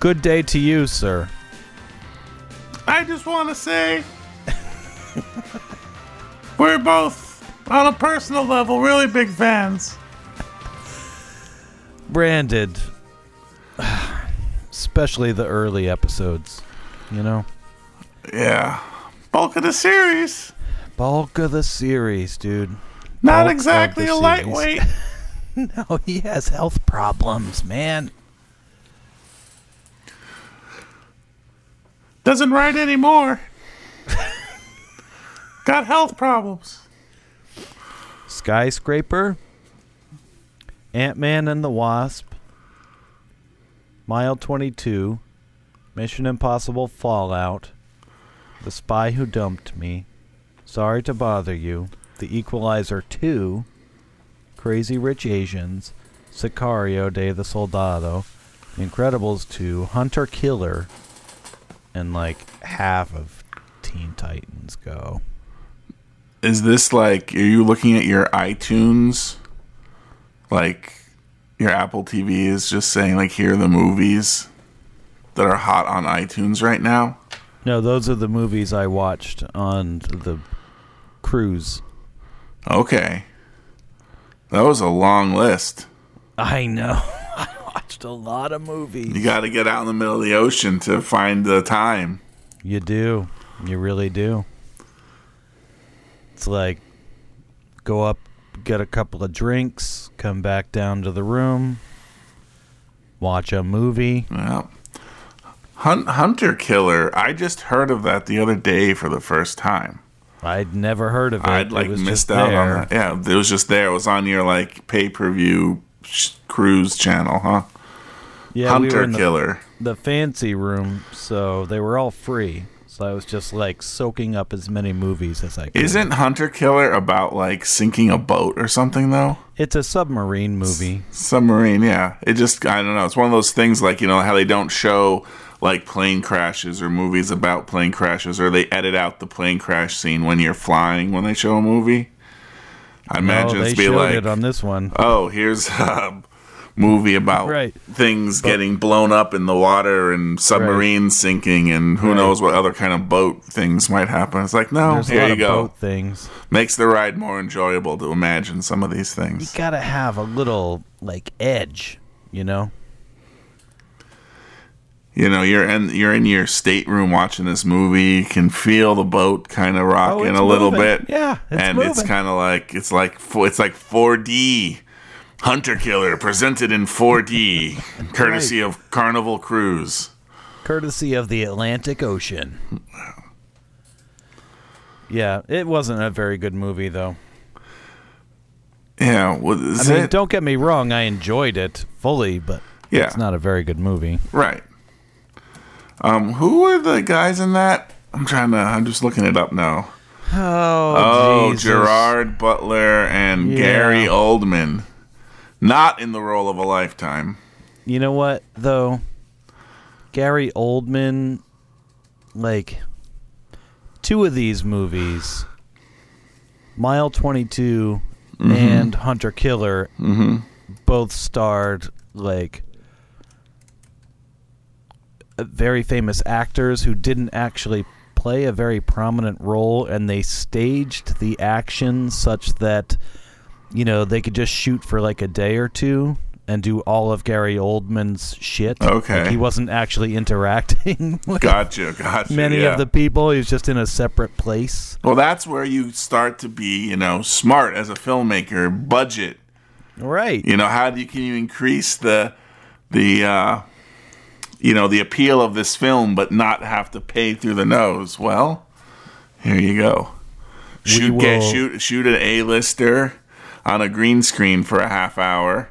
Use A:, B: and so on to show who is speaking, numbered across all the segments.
A: Good day to you, sir.
B: I just want to say we're both, on a personal level, really big fans.
A: Branded. Especially the early episodes, you know?
B: Yeah. Bulk of the series.
A: Bulk of the series, dude.
B: Not
A: Bulk of
B: exactly
A: the
B: a
A: series.
B: lightweight.
A: No, he has health problems, man.
B: Doesn't write anymore. Got health problems.
A: Skyscraper, Ant Man and the Wasp, Mile 22, Mission Impossible Fallout, The Spy Who Dumped Me, Sorry to Bother You, The Equalizer 2, Crazy Rich Asians, Sicario de the Soldado, Incredibles 2, Hunter Killer, and like half of Teen Titans Go.
B: Is this like are you looking at your iTunes? Like your Apple TV is just saying like here are the movies that are hot on iTunes right now.
A: No, those are the movies I watched on the cruise.
B: Okay. That was a long list.
A: I know. I watched a lot of movies.
B: You got to get out in the middle of the ocean to find the time.
A: You do. You really do. It's like go up, get a couple of drinks, come back down to the room, watch a movie.
B: Well, Hunt, Hunter Killer, I just heard of that the other day for the first time.
A: I'd never heard of it.
B: I'd
A: It
B: like
A: was
B: missed
A: just
B: out
A: there.
B: on that. Yeah, it was just there. It was on your like pay per view sh- cruise channel, huh?
A: Yeah, we were
B: Hunter
A: in the,
B: Killer.
A: the fancy room, so they were all free. So I was just like soaking up as many movies as I could.
B: Isn't Hunter Killer about like sinking a boat or something though?
A: It's a submarine movie.
B: Submarine, yeah. It just I don't know. It's one of those things like, you know, how they don't show like plane crashes or movies about plane crashes or they edit out the plane crash scene when you're flying when they show a movie. I imagine
A: oh, they
B: it's be
A: showed
B: like
A: it on this one.
B: oh, here's a movie about
A: Right.
B: things getting blown up in the water and submarines sinking and who
A: Right.
B: knows what other kind of boat things might happen. It's like, no,
A: There's a
B: oh, here
A: lot
B: you
A: of
B: go.
A: boat things.
B: Makes the ride more enjoyable to imagine some of these
A: You
B: things.
A: gotta have a little like edge, you know.
B: You know, you're in you're in your stateroom watching this movie. You can feel the boat kind of rocking
A: Oh, it's
B: a little
A: moving.
B: bit.
A: Yeah, it's
B: and it's
A: moving.
B: kind of like it's like fo- it's like 4D Hunter Killer presented in 4D, courtesy of Carnival Cruise.
A: Courtesy of the Atlantic Ocean. Yeah, it wasn't a very good movie though.
B: Yeah, well, is
A: I mean,
B: it?
A: don't get me wrong, I enjoyed it fully, but
B: yeah,
A: it's not a very good movie.
B: right. Um, who were the guys in that? I'm trying to. I'm just looking it up now.
A: Oh,
B: Oh, Gerard Butler and
A: Yeah.
B: Gary Oldman. Not in the role of a lifetime.
A: You know what though? Gary Oldman like two of these movies, Mile 22 and Hunter Killer both starred like uh, very famous actors who didn't actually play a very prominent role and they staged the action such that you know, they could just shoot for like a day or two and do all of Gary Oldman's shit.
B: Okay.
A: Like, he wasn't actually interacting with
B: Gotcha, gotcha.
A: many
B: yeah.
A: of the people. He was just in a separate place.
B: Well, that's where you start to be, you know, smart as a filmmaker. Budget.
A: Right.
B: You know, how do you, can you increase the the uh, you know the appeal of this film, but not have to pay through the nose? Well, here you go. Shoot, get,
A: will-
B: shoot, shoot an A-lister on a green screen for a half hour,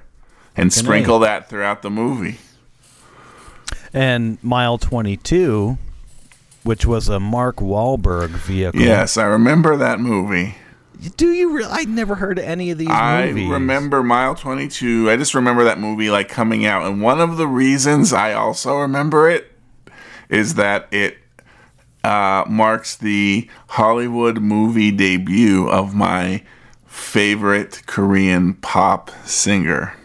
B: and
A: A.
B: sprinkle that throughout the movie.
A: And Mile 22, which was a Mark Wahlberg vehicle.
B: Yes, I remember that movie.
A: Do you really? I never heard of any of these
B: I
A: movies.
B: remember Mile 22. I just remember that movie like coming out. And one of the reasons I also remember it is that it uh, marks the Hollywood movie debut of my favorite Korean pop singer,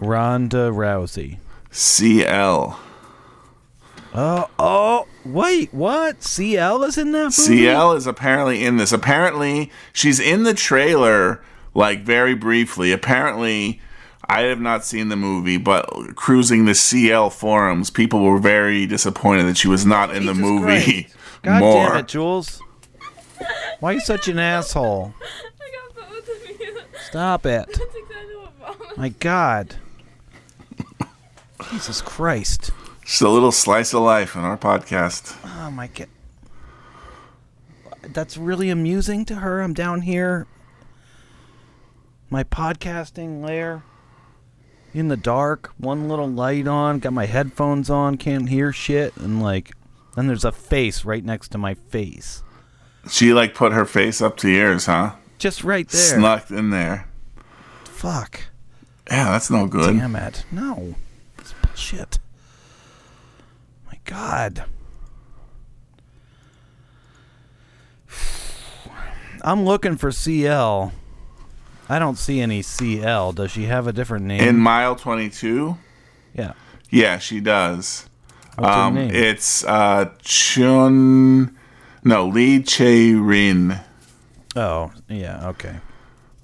A: Ronda Rousey.
B: CL.
A: Oh, oh, wait, what? CL is in that movie?
B: CL is apparently in this. Apparently, she's in the trailer like very briefly. Apparently, I have not seen the movie, but cruising the CL forums, people were very disappointed that she was not in the
A: Jesus
B: movie.
A: Christ. God
B: more.
A: damn it, Jules. Why are you such an asshole?
C: I got both of you.
A: Stop it.
C: That's exactly what mom
A: My God. Jesus Christ.
B: Just a little slice of life in our podcast.
A: Oh my God. That's really amusing to her. I'm down here, my podcasting lair, in the dark, one little light on, got my headphones on, can't hear shit, and like, then there's a face right next to my face.
B: She like put her face up to yours, huh?
A: Just right there.
B: Snuck in there.
A: Fuck.
B: Yeah, that's no good.
A: Damn it. No. It's bullshit. My God. I'm looking for CL. I don't see any CL. Does she have a different name?
B: In mile 22,
A: yeah.
B: yeah, she does.
A: What's
B: um,
A: her name?
B: It's uh, Chun. No, Lee Che Rin.
A: oh, yeah. Okay.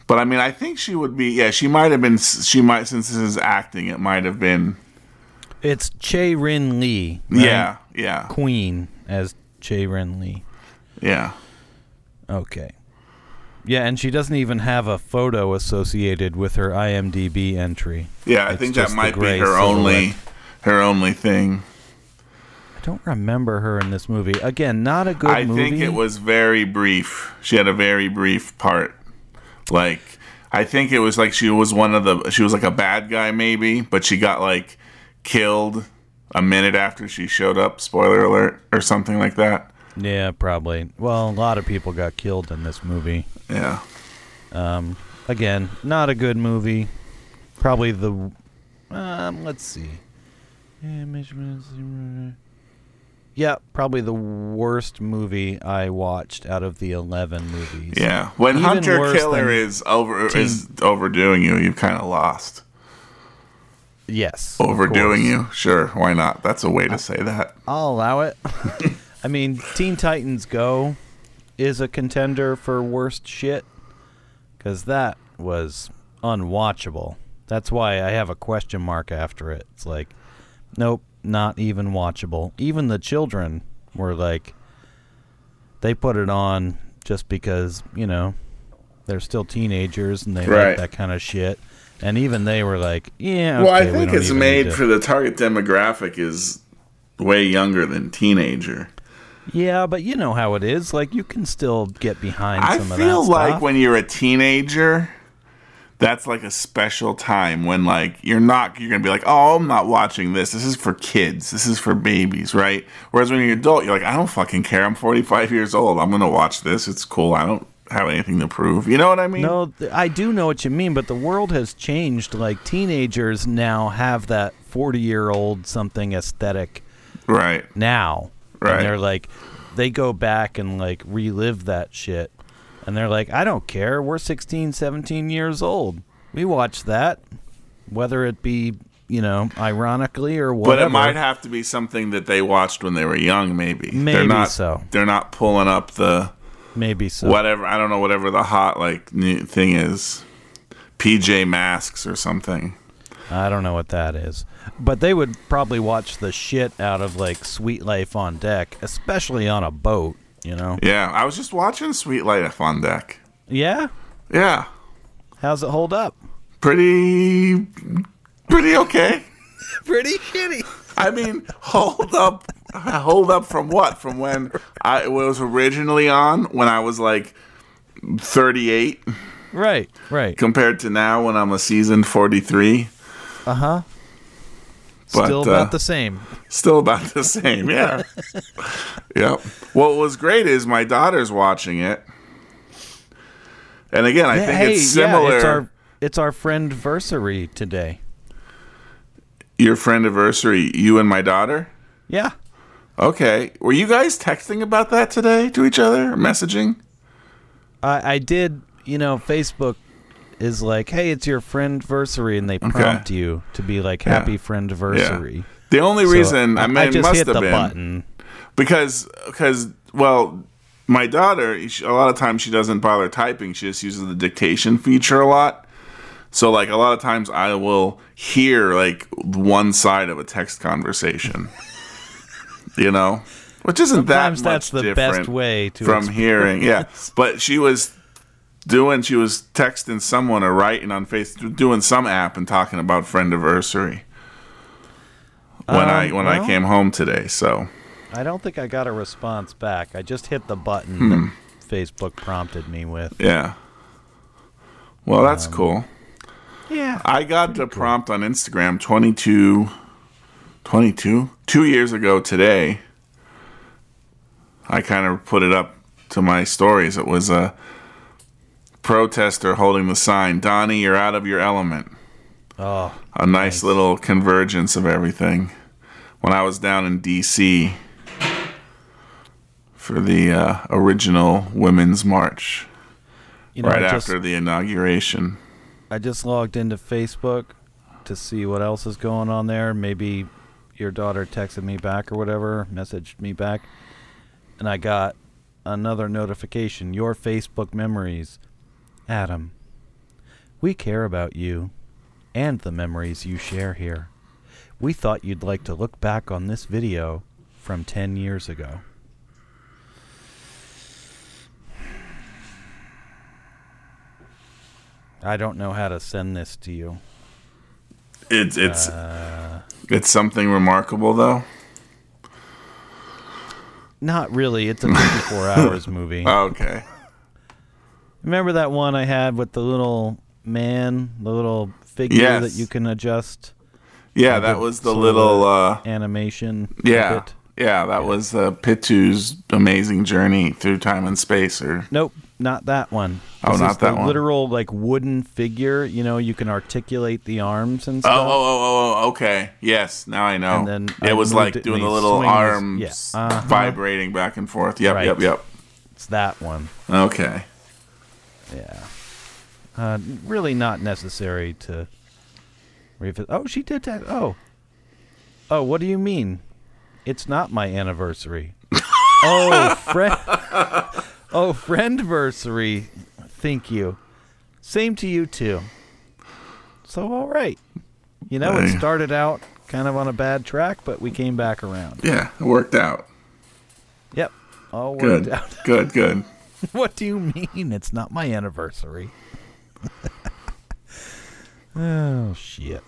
B: But I mean, I think she would be. Yeah, she might have been. She might since this is acting. It might have been.
A: It's Che Rin Lee. right?
B: Yeah, yeah,
A: Queen as Che Rin Lee.
B: yeah.
A: Okay. Yeah, and she doesn't even have a photo associated with her IMDb entry.
B: Yeah, I
A: It's
B: think
A: just
B: that
A: the
B: might be
A: gray
B: her only,
A: silhouette.
B: her only thing.
A: I don't remember her in this movie. Again, not a good
B: I
A: movie.
B: think it was very brief. She had a very brief part. Like, I think it was like she was one of the. She was like a bad guy, maybe, but she got like killed a minute after she showed up. Spoiler alert, or something like that.
A: Yeah, probably. Well, a lot of people got killed in this movie.
B: Yeah,
A: Um, again, not a good movie. Probably the. Um, let's see. Yeah, measurements- Yeah, probably the worst movie I watched out of the eleven movies.
B: yeah. When
A: Even
B: Hunter
A: worse
B: Killer
A: than
B: is over
A: Teen-
B: is overdoing you, you've kind of lost.
A: Yes. of
B: Overdoing
A: course.
B: you, sure. Why not? That's a way to say that.
A: I'll allow it. I mean, Teen Titans Go is a contender for worst shit because that was unwatchable. That's why I have a question mark after it. It's like, nope, not even watchable. Even the children were like, they put it on just because, you know, they're still teenagers and they
B: Right.
A: like that kind of shit. And even they were like, yeah.
B: Well, I
A: okay, we
B: think
A: don't
B: it's
A: even need
B: made
A: to-
B: for the target demographic is way younger than teenager.
A: Yeah, but you know how it is. Like you can still get behind
B: I
A: some of that
B: feel like
A: stuff.
B: when you're a teenager, that's like a special time when like you're not you're gonna be like, oh, I'm not watching this. This is for kids. This is for babies, right? Whereas when you're an adult, you're like, I don't fucking care. I'm 45 years old. I'm gonna watch this. It's cool. I don't have anything to prove. You know what I mean?
A: no, th- I do know what you mean, but the world has changed. Like teenagers now have that forty-year-old something aesthetic
B: Right.
A: now,
B: Right.
A: and they're like, they go back and like relive that shit, and they're like, I don't care. We're 16, 17 years old. We watch that, whether it be you know ironically or
B: But
A: whatever.
B: it might have to be something that they watched when they were young, maybe.
A: Maybe
B: they're not,
A: so.
B: They're not pulling up the
A: maybe so.
B: whatever I don't know whatever the hot like new thing is, PJ Masks or something.
A: I don't know what that is. But they would probably watch the shit out of like Sweet Life on Deck, especially on a boat, you know?
B: Yeah, I was just watching Sweet Life on Deck.
A: Yeah?
B: Yeah,
A: How's it hold up?
B: pretty, pretty okay.
A: Pretty shitty.
B: I mean, hold up, hold up from what? From when I was originally on when I was like. 38
A: Right, right.
B: compared to now when I'm a seasoned 43.
A: Uh huh.
B: But,
A: Still
B: uh,
A: about the same.
B: Still about the same, yeah. yep. What was great is my daughter's watching it. And again, I think
A: hey,
B: it's similar.
A: Yeah, it's our it's our friend versary today.
B: Your friend anniversary, you and my daughter.
A: Yeah.
B: Okay. Were you guys texting about that today to each other? Messaging?
A: I, I did you know, Facebook is like, hey, it's your friend versary and they prompt you to be like happy friend versary.
B: The only
A: So,
B: reason I mean
A: I
B: it
A: just
B: must
A: hit
B: have
A: the
B: been
A: button.
B: because because well my daughter she- a lot of times she doesn't bother typing she just uses the dictation feature a lot so like a lot of times i will hear like one side of a text conversation you know which isn't
A: Sometimes
B: that much
A: that's the
B: different
A: best way to
B: from
A: exp-
B: hearing yeah but she was doing she was texting someone or writing on facebook doing some app and talking about friendiversary when i
A: Um,
B: when
A: well-
B: i came home today so
A: I don't think I got a response back. I just hit the button
B: Hmm.
A: that Facebook prompted me with.
B: Yeah. Well, that's
A: Um,
B: cool.
A: Yeah.
B: I got the prompt on Instagram 22, 22, two years ago today. I kind of put it up to my stories. It was a protester holding the sign, Donnie, you're out of your element.
A: Oh,
B: A nice, little convergence of everything. When I was down in D.C. for the uh, original Women's March
A: you know,
B: right
A: I just,
B: after the inauguration.
A: I just logged into Facebook to see what else is going on there. Maybe your daughter texted me back or whatever, messaged me back, and I got another notification. Your Facebook memories, Adam. We care about you and the memories you share here. We thought you'd like to look back on this video from 10 years ago. I don't know how to send this to you.
B: It's it's
A: Uh.
B: it's something remarkable though.
A: Not really. It's a 54 hours movie.
B: Okay.
A: Remember that one I had with the little man, the little figure
B: Yes.
A: that you can adjust
B: Yeah,
A: the
B: that was the
A: sort of
B: little uh
A: animation?
B: yeah.
A: puppet?
B: Yeah, that was uh, Pitu's amazing journey through time and space or
A: Nope, not that one.
B: Oh,
A: This
B: not
A: is the
B: that one.
A: Literal like wooden figure. You know, you can articulate the arms and
B: Oh,
A: stuff.
B: oh, oh, oh, oh, okay. Yes, now I know.
A: And then
B: it
A: I
B: was
A: moved
B: like
A: it and
B: doing
A: he
B: the little
A: swings-
B: arms
A: yeah, uh-huh.
B: vibrating back and forth. Yep,
A: Right.
B: yep, yep.
A: It's that one.
B: Okay.
A: Yeah. Uh, really not necessary to revisit. Oh, she did that. Oh. Oh, what do you mean? It's not my anniversary. oh, friend. Oh, friendversary. Thank you. Same to you too. So all right. You know, it
B: Hey.
A: started out kind of on a bad track, but we came back around.
B: Yeah, it worked out.
A: Yep. All worked
B: Good.
A: out.
B: good, good.
A: What do you mean? It's not my anniversary. oh shit.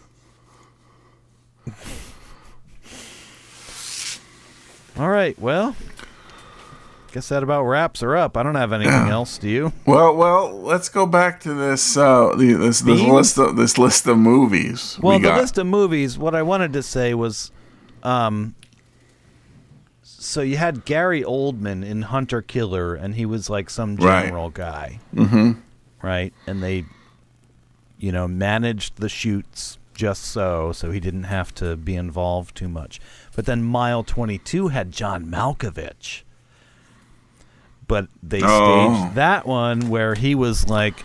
A: All right, well, guess that about wraps her up. I don't have anything else, do you?
B: Well, well, let's go back to this uh the, this, this
A: Themes?
B: list of this list of movies
A: Well,
B: we
A: the
B: got.
A: list of movies. What I wanted to say was, um, so you had Gary Oldman in Hunter Killer, and he was like some
B: Right.
A: general guy, mm-hmm. right? And they, you know, managed the shoots just so, so he didn't have to be involved too much. But then Mile Twenty Two had John Malkovich, but they
B: Oh.
A: staged that one where he was like.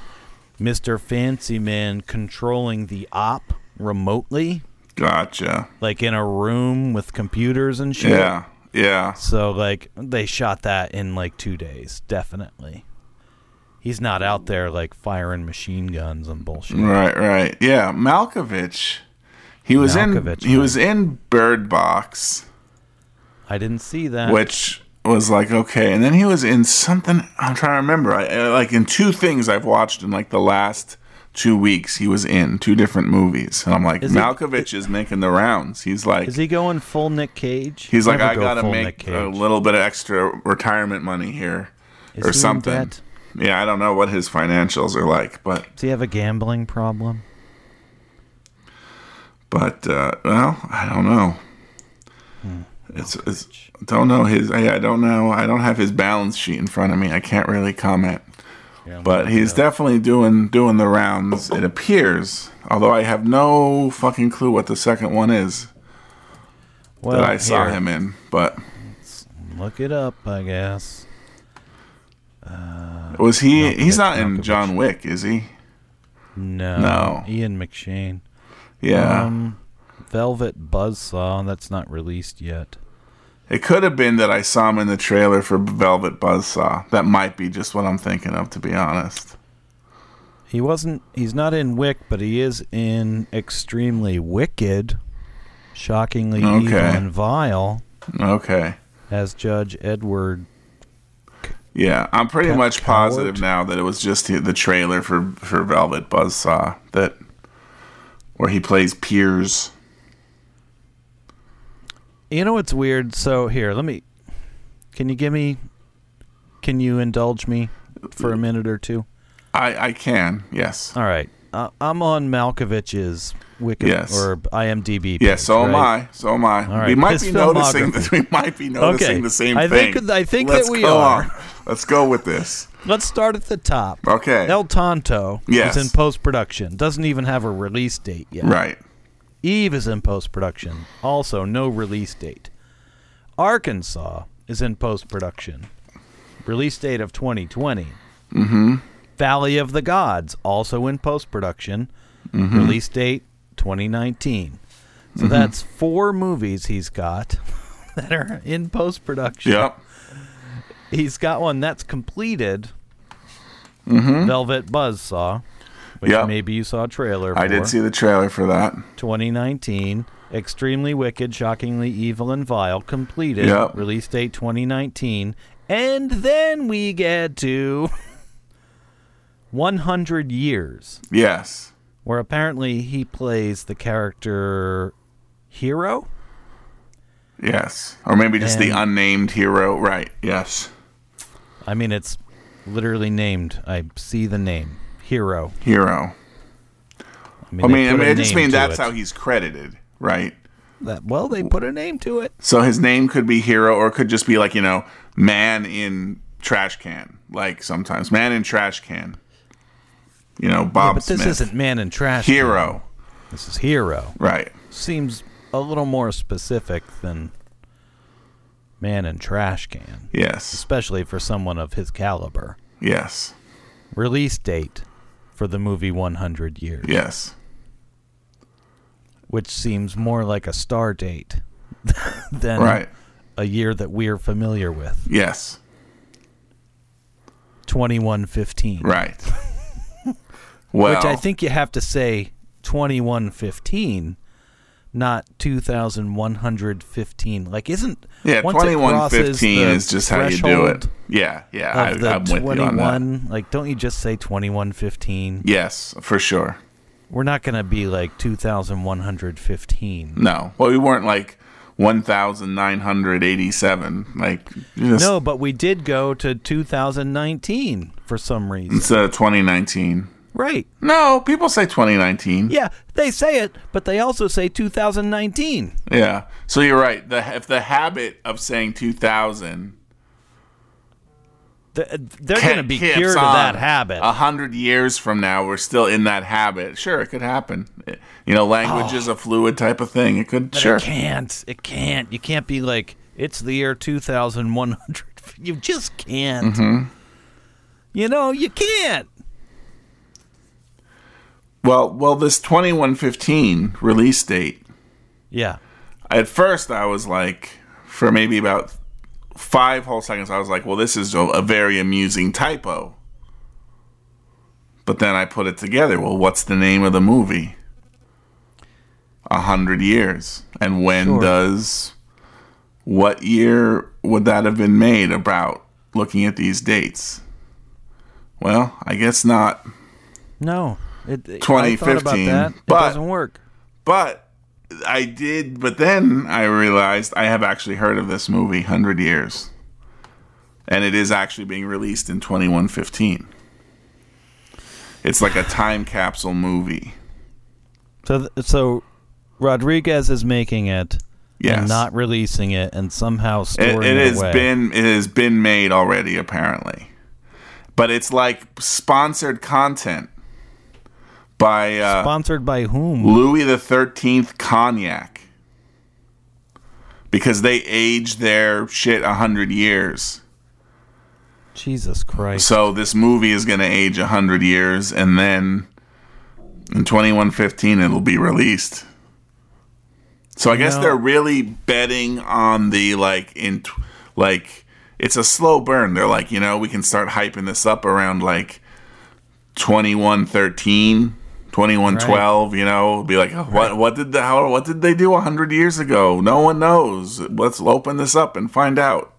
A: Mr. Fancy Man controlling the op remotely,
B: gotcha.
A: like in a room with computers and shit.
B: Yeah. Yeah.
A: So like they shot that in like two days, definitely. He's not out there like firing machine guns and bullshit.
B: Right, right. Yeah, Malkovich. He was
A: Malkovich,
B: in he was in Bird Box,
A: I didn't see that.
B: which was like okay, and then he was in something I'm trying to remember. I, I- like in two things I've watched in like the last two weeks, he was in two different movies, and I'm like
A: Is he-
B: Malkovich is making the rounds. He's like
A: Is he going full Nick Cage?
B: he's like
A: Never
B: I
A: go
B: gotta
A: full Nick
B: make
A: Cage.
B: a little bit of extra retirement money here
A: Is he
B: or
A: in
B: something.
A: debt?
B: Yeah, I don't know what his financials are like, but
A: Does he have a gambling problem?
B: But uh, well, I don't know.
A: Hmm.
B: It's, it's don't know his. I, I don't know. I don't have his balance sheet in front of me. I can't really comment.
A: Yeah,
B: But he's definitely doing doing the rounds. It appears, although I have no fucking clue what the second one is
A: well,
B: that I saw
A: here.
B: him in. But
A: Look it up, I guess. Uh,
B: was he?
A: Malkovich,
B: he's not in
A: Malkovich.
B: John Wick, is he?
A: No.
B: No.
A: Ian McShane.
B: Yeah.
A: Um, Velvet Buzzsaw that's not released yet.
B: It could have been that I saw him in the trailer for Velvet Buzzsaw. That might be just what I'm thinking of, to be honest.
A: He wasn't. He's not in Wick, but he is in Extremely Wicked, shockingly evil
B: Okay.
A: and vile
B: Okay.
A: as Judge Edward.
B: Yeah, I'm pretty
A: Ca-
B: much positive
A: coward?
B: now that it was just the- the trailer for for Velvet Buzzsaw that where he plays Piers.
A: You know what's weird? So here, let me. Can you give me? Can you indulge me for a minute or two?
B: I I can yes
A: All right. Uh, I'm on Malkovich's Wiki
B: Yes.
A: or IMDb.
B: yes.
A: page,
B: so am
A: right?
B: I. So am I.
A: All
B: We
A: right,
B: might
A: his
B: be noticing
A: filmography.
B: that we might be noticing
A: Okay,
B: the same
A: I
B: thing.
A: think- I think
B: Let's
A: that we
B: go
A: are.
B: on. Let's go with this.
A: Let's start at the top.
B: Okay.
A: El Tonto
B: Yes.
A: is in post production. Doesn't even have a release date yet.
B: Right.
A: Eve is in post production. Also, no release date. Arkansas is in post production. Release date of 2020. Mm-hmm. Valley of the Gods, also in post production.
B: Mm-hmm.
A: Release date 2019. So that's four movies he's got that are in post production.
B: Yep.
A: He's got one that's completed
B: Mm-hmm.
A: Velvet Buzzsaw, which
B: Yep.
A: maybe you saw a trailer for.
B: I did see the trailer for that.
A: 2019. Extremely Wicked, Shockingly Evil and Vile, completed.
B: Yep.
A: Release date 2019. And then we get to 100 Years,
B: Yes.
A: where apparently he plays the character Hero.
B: Yes. Or maybe just the
A: And-
B: unnamed hero. Right. Yes.
A: I mean, it's literally named. I see the name Hero.
B: Hero.
A: I mean,
B: I
A: they
B: mean, I,
A: put
B: mean,
A: a
B: I just
A: name
B: mean
A: to
B: that's
A: it.
B: how he's credited, right?
A: That, well, they put a name to it.
B: So his name could be Hero, or it could just be like you know, man in trash can. Like sometimes, man in trash can. You know,
A: Yeah,
B: Bob
A: but this
B: Smith.
A: isn't Man in Trash.
B: Hero,
A: This is Hero.
B: right?
A: seems a little more specific than man in trash can,
B: Yes,
A: especially for someone of his caliber.
B: yes,
A: Release date for the movie 100 Years,
B: yes.
A: which seems more like a star date than
B: Right.
A: a year that we're familiar with,
B: Yes.
A: 2115.
B: Right. Well,
A: Which I think you have to say 2115, not 2115. Like, isn't
B: yeah,
A: once it
B: twenty-one
A: crosses
B: fifteen
A: the
B: is just how you do it.
A: threshold
B: Yeah, yeah. I,
A: of the
B: I'm with you on that.
A: 21 like don't you just say 2115
B: Yes, for sure.
A: we're not going to be like 2115
B: No, well, we weren't like one thousand nine hundred eighty-seven. Like just
A: no but we did go to 2019 for some reason
B: instead of uh, twenty nineteen.
A: right
B: No, people say 2019.
A: yeah they say it but they also say 2019
B: Yeah. So you're right. The if the habit of saying 2000
A: Th- uh, they're going to be
B: keeps
A: cured
B: on
A: of that habit
B: A hundred years from now, we're still in that habit. Sure, it could happen. It- you know, language is a fluid type of thing. It could.
A: Oh. But
B: sure.
A: it can't it can't you can't be like it's the year 2100 you just can't
B: Mm-hmm.
A: you know you can't
B: Well, well, this 2115 release date.
A: yeah
B: At first, I was like, for maybe about five whole seconds, I was like, well, this is a, a very amusing typo. But then I put it together. Well, what's the name of the movie? A hundred years. And when
A: Sure.
B: does what year would that have been made about looking at these dates? Well, I guess not.
A: No, it, it- I thought about
B: 2015,
A: that.
B: but-
A: it doesn't work.
B: But I did. But then I realized I have actually heard of this movie, Hundred Years, and it is actually being released in 2115. It's like a time capsule movie.
A: So, th- so Rodriguez is making it
B: Yes,
A: and not releasing it, and somehow
B: it,
A: storing
B: it
A: it,
B: has
A: away.
B: been it has been made already apparently, but it's like sponsored content by uh,
A: sponsored by whom?
B: Louis the Thirteenth cognac because they age their shit a hundred years.
A: Jesus Christ!
B: So this movie is going to age a hundred years, and then in 2115 it'll be released. So I guess
A: No.
B: they're really betting on the like in tw- like it's a slow burn. They're like, you know, we can start hyping this up around like 2113, 2112, you know, be like, "Oh, what what did the how what did they do 100 years ago? No one knows. Let's open this up and find out.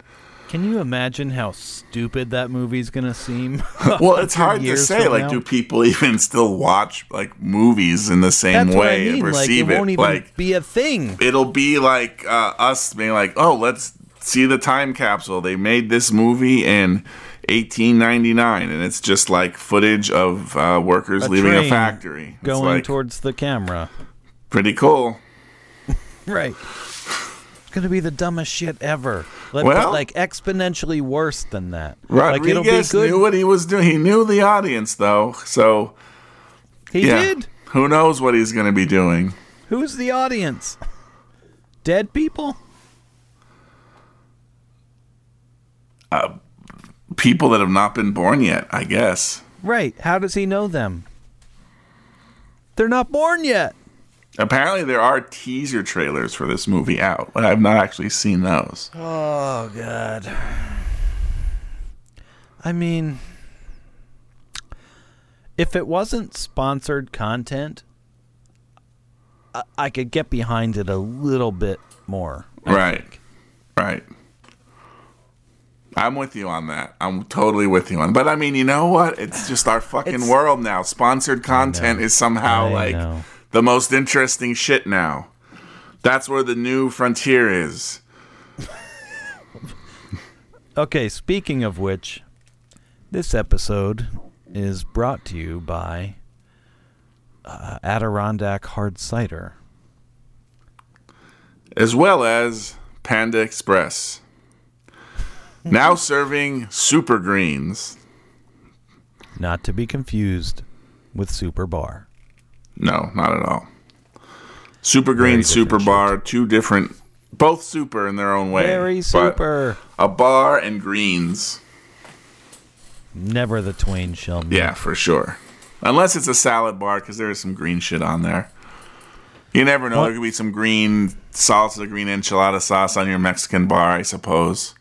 A: Can you imagine how stupid that movie's gonna seem?
B: Well, it's hard to
A: years
B: say.
A: from
B: Like,
A: now?
B: do people even still watch like movies in the same
A: That's what I
B: way
A: mean.
B: and
A: Like it
B: receive
A: won't
B: it?
A: even
B: Like,
A: be a thing.
B: it'll be like uh, us being like, "Oh, let's see the time capsule. They made this movie in 1899, and it's just like footage of uh, workers leaving a
A: train
B: factory. It's
A: going
B: like,
A: towards the camera.
B: pretty cool."
A: Right. It's gonna be the dumbest shit ever. Let,
B: Well-
A: but like exponentially worse than that. like it'll be
B: Rodriguez
A: good.
B: knew what he was doing. He knew the audience, though. So
A: he
B: yeah,
A: did.
B: who knows what he's going to be doing?
A: Who's the audience? Dead people?
B: People that have not been born yet, I guess.
A: Right. How does he know them? They're not born yet.
B: Apparently, there are teaser trailers for this movie out, but I've not actually seen those.
A: Oh god. I mean if it wasn't sponsored content, I, I could get behind it a little bit more. I
B: right.
A: think.
B: Right. I'm with you on that. I'm totally with you on. But I mean, you know what? It's just our fucking
A: It's-
B: world now. Sponsored content is somehow
A: I
B: like
A: know.
B: the most interesting shit now. That's where the new frontier is.
A: Okay, speaking of which, this episode is brought to you by uh, Adirondack Hard Cider.
B: as well as Panda Express. Now serving super greens.
A: Not to be confused with Super Bar.
B: No, not at all. Super green,
A: different
B: super
A: shit.
B: bar, two different, both super in their own way.
A: Very
B: but
A: super.
B: A bar and greens.
A: Never the twain shall meet.
B: Yeah, for sure. Unless it's a salad bar, because there is some green shit on there. You never know. There could be some green salsa, green enchilada sauce on your Mexican bar, I suppose.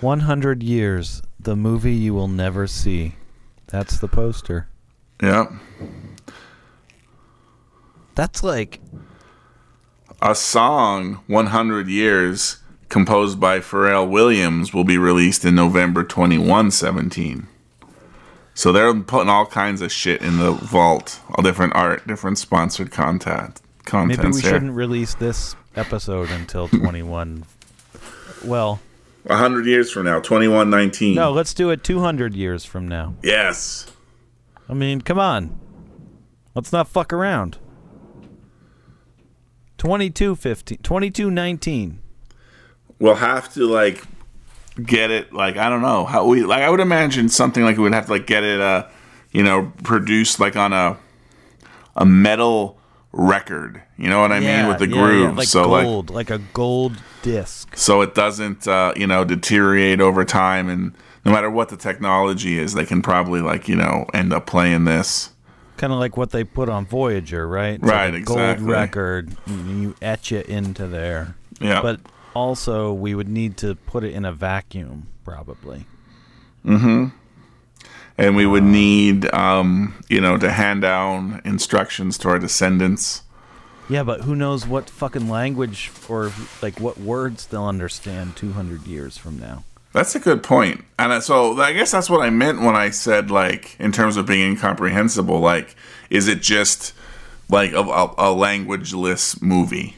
A: 100 years, the movie you will never see. That's the poster.
B: Yep.
A: That's like
B: A song, 100 Years, composed by Pharrell Williams, will be released in November 2117. So they're putting all kinds of shit in the vault, all different art, different sponsored content. Contents
A: maybe we
B: here.
A: shouldn't release this episode until 21. well,
B: 100 years from now, 2119.
A: no, let's do it 200 years from now.
B: Yes.
A: I mean, come on. Let's not fuck around. 2215 2219.
B: We'll have to, like, get it, like, I don't know. how we Like, I would imagine something like we would have to, like, get it, uh, you know, produced, like, on a a metal record. You know what I mean? With the grooves.
A: like
B: so, like,
A: gold, like, a gold disc.
B: so it doesn't uh, you know deteriorate over time and no matter what the technology is they can probably like you know end up playing this
A: Kind of like what they put on Voyager, right? It's like
B: Right,
A: a
B: exactly.
A: Gold record. and You etch it into there.
B: yeah
A: But also, we would need to put it in a vacuum, probably.
B: and we would need um, you know to hand down instructions to our descendants
A: Yeah, but who knows what fucking language or like what words they'll understand 200 years from now.
B: that's a good point and I- so i guess that's what i meant when i said like in terms of being incomprehensible like is it just like a, a, a languageless movie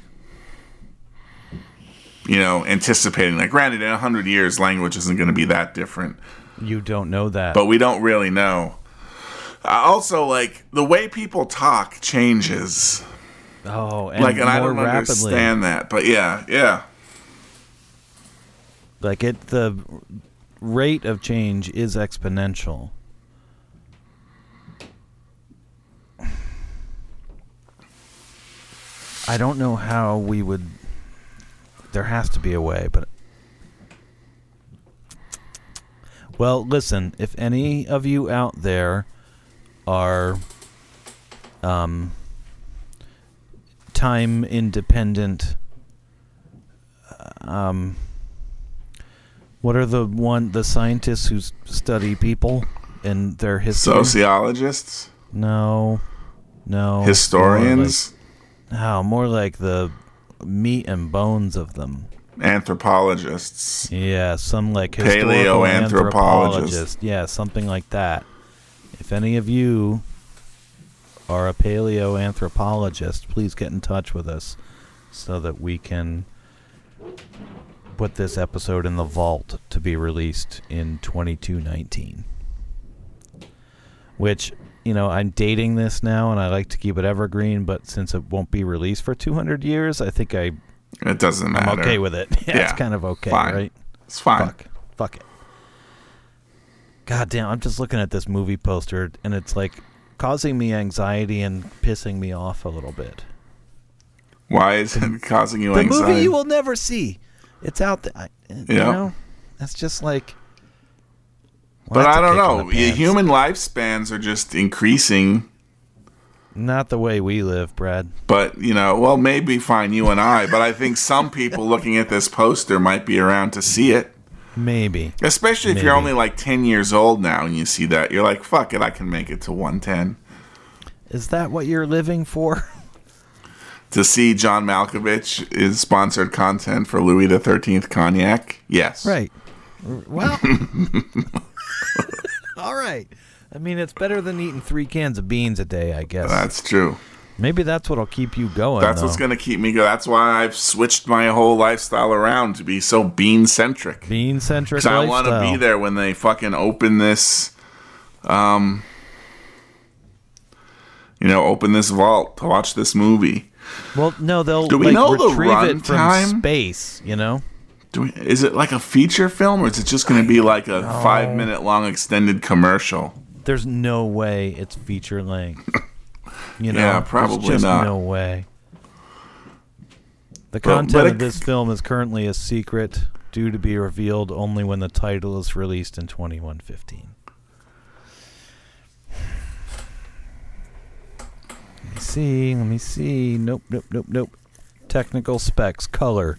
B: you know anticipating like granted in 100 years language isn't going to be that different
A: You don't know that.
B: but we don't really know. Uh, also, like the way people talk changes,
A: oh, and
B: like, and
A: more
B: I don't
A: rapidly. Hmm.
B: understand that. But yeah, yeah,
A: Like it, the rate of change is exponential. I don't know how we would. There has to be a way, but. Well, listen, if any of you out there are um, time independent. Um, what are the one the scientists who s- study people and their history?
B: Sociologists,
A: no, no.
B: historians,
A: More like, oh, more like the meat and bones of them.
B: anthropologists.
A: Yeah, some like historical
B: Paleoanthropologist.
A: anthropologist. Yeah, something like that. If any of you are a paleoanthropologist, please get in touch with us so that we can put this episode in the vault to be released in 2219. Which, you know, I'm dating this now and I like to keep it evergreen, but since it won't be released for 200 years, I think I,
B: It doesn't matter.
A: I'm okay with it. Yeah, it's
B: Yeah,
A: kind of okay,
B: fine.
A: right?
B: It's fine.
A: Fuck. Fuck it. God damn, I'm just looking at this movie poster and it's like causing me anxiety and pissing me off a little bit.
B: Why is it causing you
A: The
B: anxiety?
A: movie you will never see. It's out there. I, uh, you
B: Yeah.
A: know? That's just like Well,
B: but
A: that's
B: I
A: a
B: don't
A: kick in
B: know.
A: the
B: Y-
A: pants.
B: Human lifespans are just increasing.
A: Not the way we live, Brad.
B: But you know, well, maybe fine, you and I. But I think some people looking at this poster might be around to see it,
A: Maybe.
B: especially if you're
A: Maybe.
B: only like ten years old now and you see that. You're like, "Fuck it, I can make it to one ten
A: Is that what you're living for?
B: to see John Malkovich is sponsored content for Louis the Thirteenth cognac." Yes,
A: right. R- Well All right. I mean it's better than eating three cans of beans a day, I guess.
B: That's true.
A: Maybe that's what'll keep you going.
B: That's what's
A: though.
B: going to keep me go. That's why I've switched my whole lifestyle around to be so bean centric.
A: Bean centric.
B: Because I want to be
A: lifestyle.
B: there when they fucking open this, um, you know, open this vault to watch this movie.
A: Well, no, they'll
B: Do we
A: like,
B: know the
A: retrieve it from
B: runtime?
A: space. You know,
B: Do we, is it like a feature film or is it just going to be like a five minute long extended commercial?
A: there's no way it's feature length. You know,
B: Yeah,
A: There's
B: probably
A: just
B: not.
A: No way. The
B: but
A: content
B: it-
A: of this film is currently a secret, due to be revealed only when the title is released in 2115. Let me see. Let me see. Nope. Nope. Nope. Nope. Technical specs, color,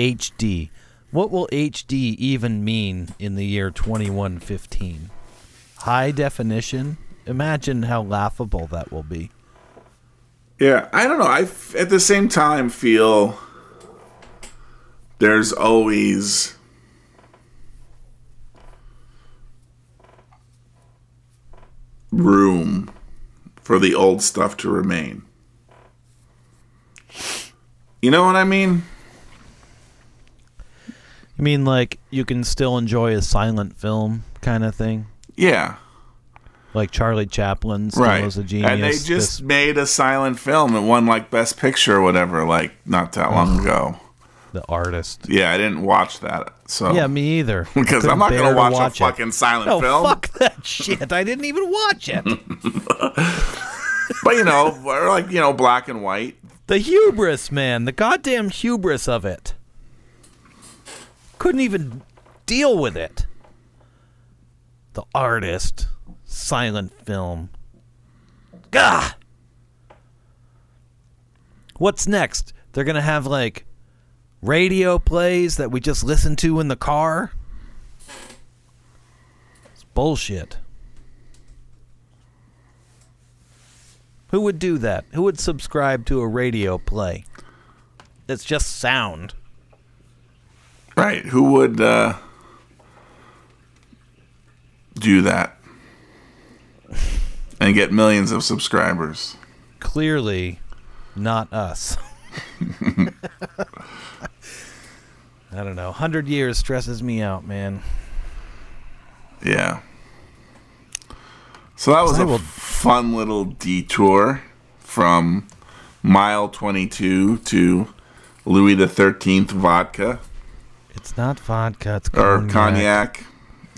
A: HD. What will HD even mean in the year 2115? High definition? Imagine how laughable that will be.
B: Yeah, I don't know. I f- at the same time feel there's always room for the old stuff to remain. You know what I mean?
A: I mean, like, you can still enjoy a silent film kind of thing.
B: Yeah,
A: Like Charlie Chaplin still
B: right.
A: was a genius.
B: and they just
A: This-
B: made a silent film and won like Best Picture or whatever, like not that
A: Mm-hmm.
B: long ago.
A: the artist.
B: Yeah, I didn't watch that. So
A: Yeah, me either.
B: because
A: Couldn't
B: I'm not
A: bear
B: gonna
A: to
B: watch, a
A: watch it.
B: fucking silent
A: No,
B: film.
A: fuck that shit. I didn't even watch it.
B: But you know, we're like you know, black and white.
A: The hubris, man. The goddamn hubris of it. Couldn't even deal with it. The artist. Silent film. Gah! What's next? They're going to have, like, radio plays that we just listen to in the car? It's bullshit. Who would do that? Who would subscribe to a radio play? That's just sound.
B: Right. Who would uh do that? And get millions of subscribers.
A: Clearly, not us. I don't know. 100 years stresses me out, man.
B: Yeah. So that was
A: I
B: a
A: will-
B: fun little detour from mile 22 to Louis the 13th vodka
A: It's not vodka, it's
B: or
A: cognac.
B: cognac,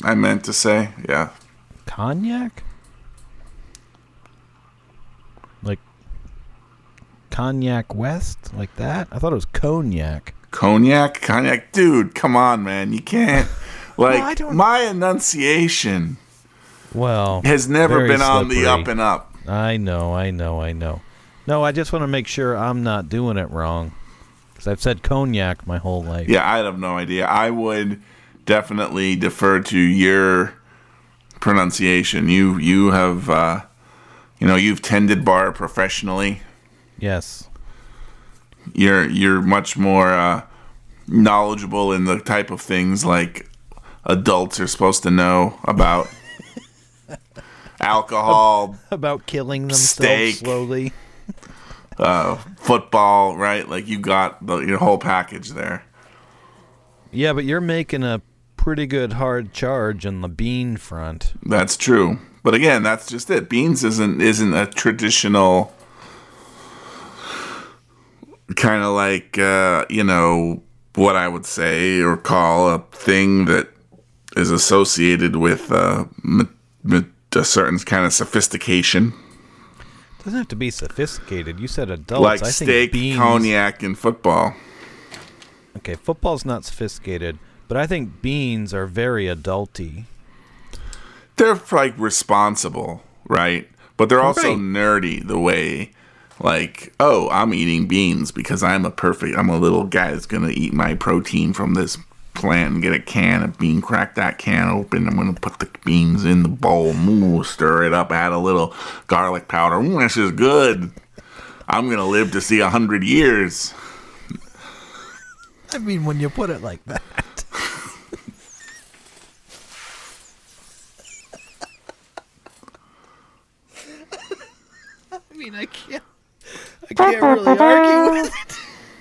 B: I meant to say. Yeah.
A: Cognac? Like Cognac West? Like that? I thought it was cognac.
B: cognac cognac dude come on man you can't
A: Well, I
B: like
A: don't-
B: my enunciation
A: Well,
B: has never
A: very
B: been on the
A: slippery.
B: up and up
A: I know, I know, I know. No, I just want to make sure I'm not doing it wrong. Because I've said cognac my whole life.
B: Yeah, I have no idea. I would definitely defer to your pronunciation. You you have uh, you know you've tended bar professionally.
A: Yes.
B: You're you're much more uh, knowledgeable in the type of things like adults are supposed to know about alcohol,
A: About killing themselves
B: Steak.
A: slowly.
B: football, right? Like you got the your whole package there.
A: Yeah, but you're making a pretty good hard charge on the bean front.
B: That's true. But again, that's just it. Beans isn't isn't a traditional kind of like uh, you know what I would say or call a thing that is associated with uh, m- m- a certain kind of sophistication,
A: Doesn't have to be sophisticated. You said adults.
B: like
A: Oh, I think
B: steak,
A: beans,
B: cognac, and football.
A: Okay, football's not sophisticated, but I think beans are very adulty.
B: they're like responsible, right? But they're also
A: Right.
B: nerdy the way like, oh, I'm eating beans because I'm a perfect I'm a little guy that's gonna eat my protein from this plant and get a can of bean, crack that can open, I'm gonna put the beans in the bowl, moo, stir it up, add a little garlic powder. Mm, this is good. I'm gonna live to see a hundred years.
A: I mean, when you put it like that. I mean, I can't. I can't really argue with it.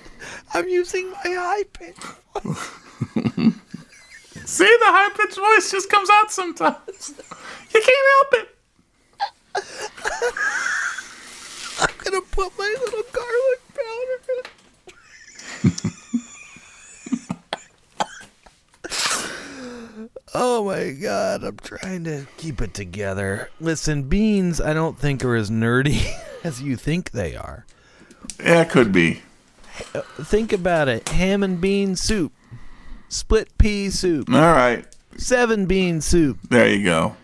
A: I'm using my high pitch.
B: See the high pitched voice just comes out sometimes. You can't help it.
A: I'm gonna put my little garlic powder. in it. oh my god, I'm trying to keep it together. Listen, beans, I don't think are as nerdy as you think they are.
B: Yeah, it could be.
A: Think about it: ham and bean soup, split pea soup,
B: All right.
A: seven bean soup,
B: There you go.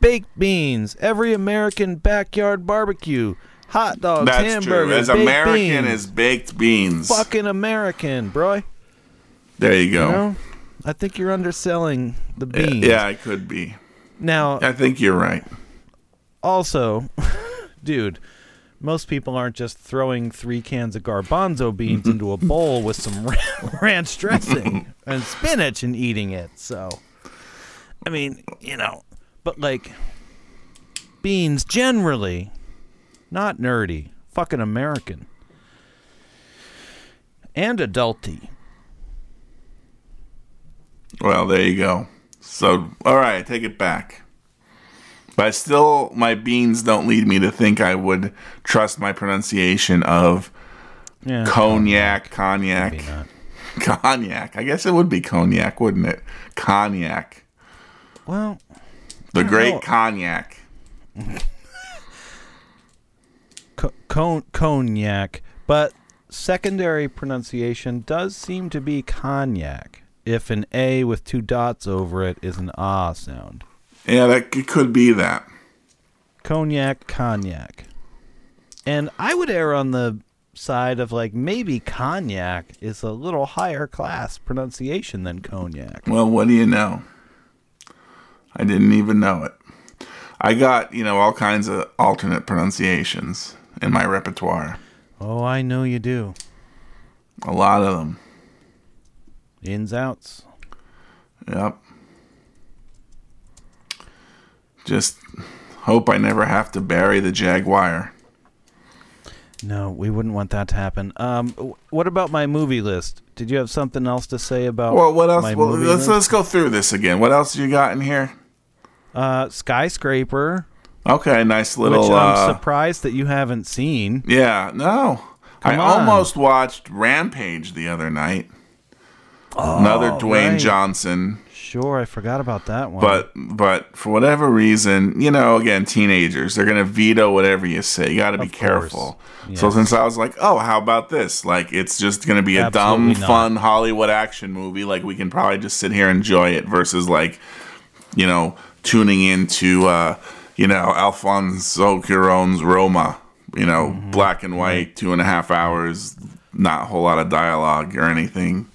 A: baked beans, every American backyard barbecue, hot dogs,
B: That's
A: hamburgers,
B: true. As
A: Oh, baked
B: American
A: beans.
B: as baked beans.
A: fucking American, bro.
B: There you go.
A: You know? I think you're underselling the
B: Yeah,
A: beans.
B: Oh. Yeah, I could be.
A: Now,
B: I think you're right.
A: also, dude, most people aren't just throwing three cans of garbanzo beans into a bowl with some ra- ranch dressing and spinach and eating it. So, I mean, you know, but like beans generally, not nerdy, fucking American and adulty.
B: Well, there you go. So, all right, I take it back. But I still, my beans don't lead me to think I would trust my pronunciation of
A: Yeah,
B: cognac,
A: maybe
B: cognac,
A: not.
B: cognac. I guess it would be cognac, wouldn't it? Cognac.
A: Well,
B: The
A: know.
B: great cognac.
A: co- con- cognac, but secondary pronunciation does seem to be cognac. If an A with two dots over it is an ah sound,
B: Yeah, that it could be that.
A: cognac, cognac, and I would err on the side of like maybe cognac is a little higher class pronunciation than cognac.
B: Well, what do you know? I didn't even know it. I got, you know, all kinds of alternate pronunciations in my repertoire.
A: Oh, I know you do.
B: A lot of them.
A: Ins outs.
B: Yep. Just hope I never have to bury the Jaguar.
A: No, we wouldn't want that to happen. Um, w- what about my movie list? Did you have something else to say about?
B: Well, what else?
A: my
B: Well,
A: movie
B: let's, uh,
A: list?
B: let's go through this again. What else you got in here?
A: Uh, skyscraper,
B: Okay, nice
A: which
B: little. uh,
A: I'm surprised that you haven't seen.
B: yeah, no. I
A: Come on.
B: almost watched Rampage the other night. Another Dwayne
A: right.
B: Johnson
A: Sure, I forgot about that one.
B: But but for whatever reason, you know, again, teenagers, they're gonna veto whatever you say. You gotta be
A: Of course.
B: careful. So
A: Yes.
B: since I was like, oh, how about this? Like it's just gonna be a
A: Absolutely
B: dumb,
A: not.
B: fun Hollywood action movie. Like we can probably just sit here and enjoy it versus like, you know, tuning into uh, you know, Alfonso Cuarón's Roma you know,
A: Mm-hmm.
B: black and white, two and a half hours, not a whole lot of dialogue or anything.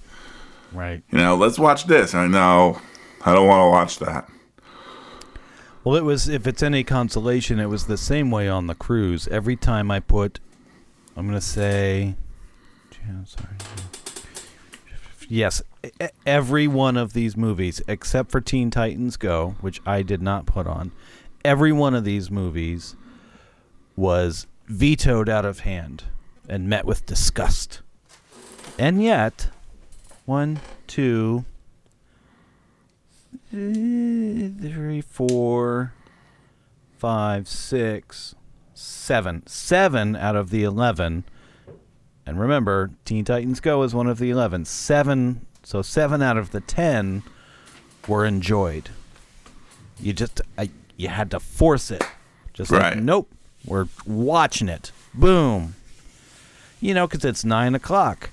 A: Right.
B: You know, let's watch this. I know, I don't want to watch that.
A: Well, it was, if it's any consolation, it was the same way on the cruise. Every time I put, I'm going to say, yeah, sorry. Yes, e- e- every one of these movies, except for Teen Titans Go, which I did not put on, every one of these movies was vetoed out of hand and met with disgust. And yet, one, two, Eh, three, four, five, six, seven. Seven out of the eleven. And remember, Teen Titans Go is one of the eleven. Seven, so seven out of the ten were enjoyed. You just, I, you had to force it. Just
B: Right.
A: like, nope, we're watching it. Boom. You know, 'cause it's nine o'clock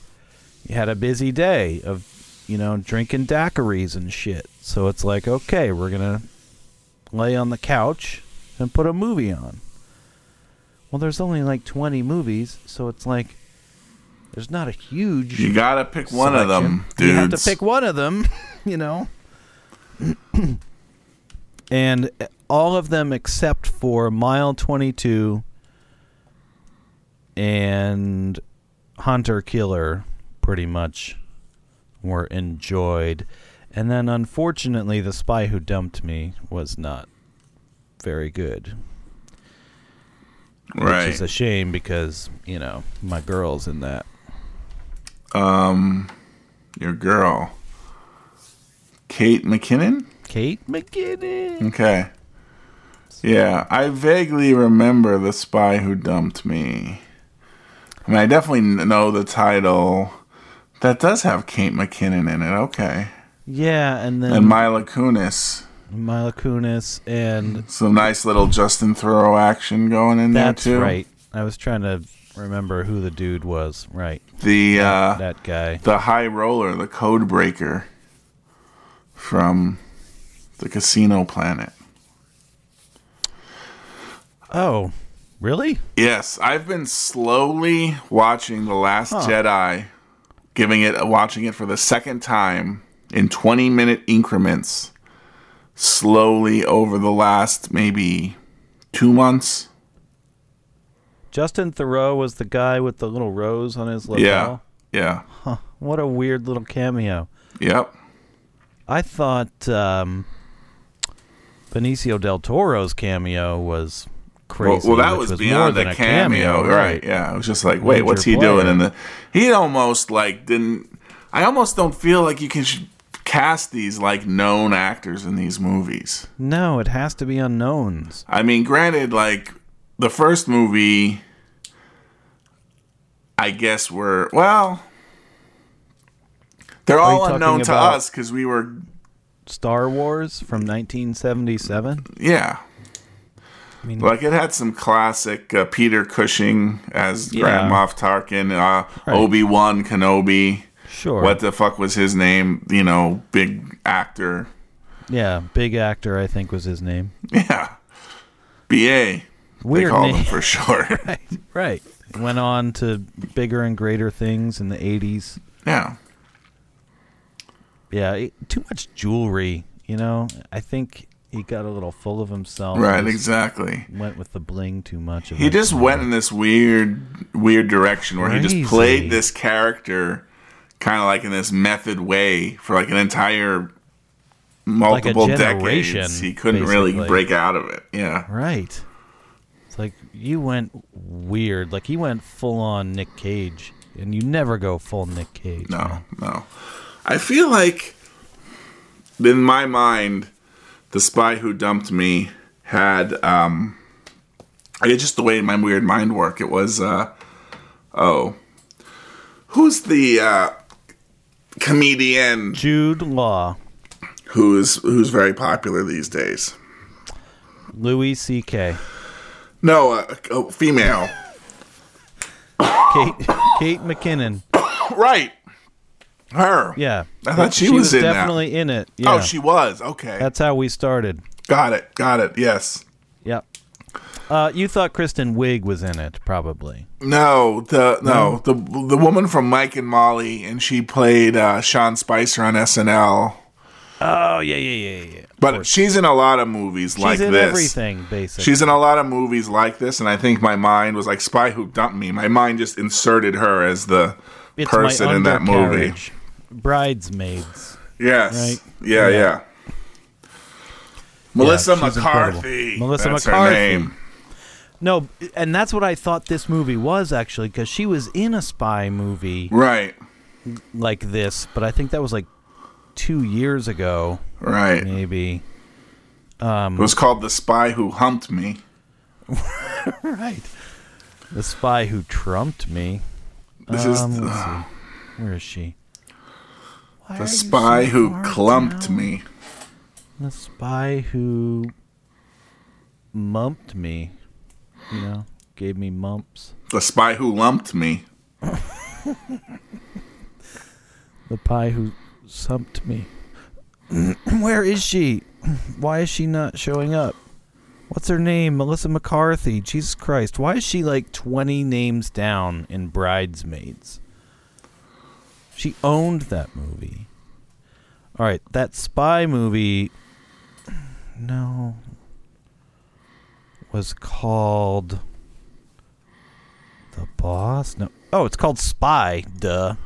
A: you had a busy day of you know drinking daiquiris and shit so it's like okay we're gonna lay on the couch and put a movie on well there's only like 20 movies so it's like there's not a huge
B: You gotta pick one of them,
A: selection.
B: dudes.
A: you have to pick one of them you know and all of them except for mile 22 and Hunter Killer pretty much were enjoyed. And then unfortunately The Spy Who Dumped Me was not very good. Which
B: right?
A: is a shame because, you know, my girl's in that.
B: um, your girl, Kate McKinnon.
A: Kate McKinnon.
B: Okay. Yeah, I vaguely remember the spy who dumped me. I mean, I definitely kn- know the title. That does have Kate McKinnon in it. Okay,
A: Yeah, and then
B: and Mila Kunis.
A: Mila Kunis and
B: Some nice little Justin Thoreau action going in
A: that's
B: there too.
A: right. I was trying to remember who the dude was. Right.
B: The uh,
A: That guy.
B: the high roller, the code breaker from the Casino Planet.
A: Oh, really?
B: Yes, I've been slowly watching The Last Jedi, giving it watching it for the second time in 20 minute increments slowly over the last maybe 2 months.
A: Justin Thoreau was the guy with the little rose on his lapel.
B: Yeah. Yeah.
A: What a weird little cameo.
B: Yep.
A: I thought um, Benicio del Toro's cameo was
B: Well,
A: crazy.
B: well, that
A: which
B: was
A: was more
B: beyond
A: than
B: a cameo, right. Yeah, it was just like, wait,
A: Major
B: what's he
A: player.
B: doing? And the he almost like didn't. I almost don't feel like you can sh- cast these like known actors in these movies.
A: No, it has to be unknowns.
B: I mean, granted, like the first movie, I guess were well, they're
A: Are you
B: all
A: talking
B: unknown to
A: about-
B: us because we were
A: Star Wars from 1977.
B: yeah.
A: I mean-
B: like it had some classic uh, Peter Cushing as Grand
A: Yeah.
B: Moff Tarkin, uh,
A: Right.
B: Obi Wan Kenobi.
A: Sure.
B: What the fuck was his name? You know, big actor.
A: yeah, big actor I think was his name.
B: Yeah, BA.
A: Weird
B: they called
A: name.
B: him for short.
A: Right. Went on to bigger and greater things in the 80s.
B: Yeah,
A: Yeah, it- too much jewelry, you know. I think he got a little full of himself.
B: right.
A: Just
B: Exactly.
A: Went with the bling too much.
B: He just went in this weird, weird direction where he
A: Crazy.
B: just played this character kind of like in this method way for like an entire multiple
A: generation,
B: decades. He couldn't really
A: basically.
B: break out of it. Yeah.
A: Right. It's like you went weird. Like he went full on Nick Cage, and you never go full Nick Cage.
B: No, no. I feel like in my mind, the spy who dumped me had um I just the way my weird mind work, it was uh oh. Who's the uh comedian
A: Jude Law,
B: who's who's very popular these days.
A: Louis C.K.,
B: No, a, a female.
A: Kate, Kate McKinnon.
B: right. Her.
A: Yeah,
B: I thought she was in that.
A: definitely in it. Yeah,
B: Oh, she was. Okay.
A: that's how we started.
B: got it. Got it. Yes.
A: Yep. Uh, you thought Kristen Wiig was in it, probably.
B: No, the no, the the woman from Mike and Molly, and she played uh, Sean Spicer on SNL.
A: Oh yeah, yeah, yeah, yeah.
B: But she's in a lot of movies
A: She's
B: like
A: in
B: this.
A: everything basically.
B: She's in a lot of movies like this, and I think my mind was like Spy Who Dumped Me. My mind just inserted her as the
A: it's
B: person
A: my
B: in that movie.
A: undercarriage. Bridesmaids.
B: Yes.
A: Right.
B: Yeah,
A: Yeah.
B: yeah. Melissa
A: Yeah, she's
B: McCarthy.
A: incredible. Melissa
B: That's
A: McCarthy.
B: Her name.
A: No, and that's what I thought this movie was actually because she was in a spy movie
B: Right.
A: like this, but I think that was like two years ago,
B: Right.
A: maybe. Um,
B: It was called The Spy Who Humped Me.
A: Right. The spy who trumped me.
B: This
A: Um,
B: is
A: let's
B: the,
A: see. Where is she? Why are
B: the
A: you
B: spy
A: so
B: who
A: far
B: clumped
A: down?
B: me.
A: The spy who mumped me. You know, gave me mumps.
B: The spy who lumped me.
A: The pie who sumped me. Where is she? Why is she not showing up? What's her name? Melissa McCarthy. Jesus Christ. Why is she like 20 names down in Bridesmaids? She owned that movie. All right, that spy movie. No. Was called. The Boss? No. Oh, it's called Spy. Duh.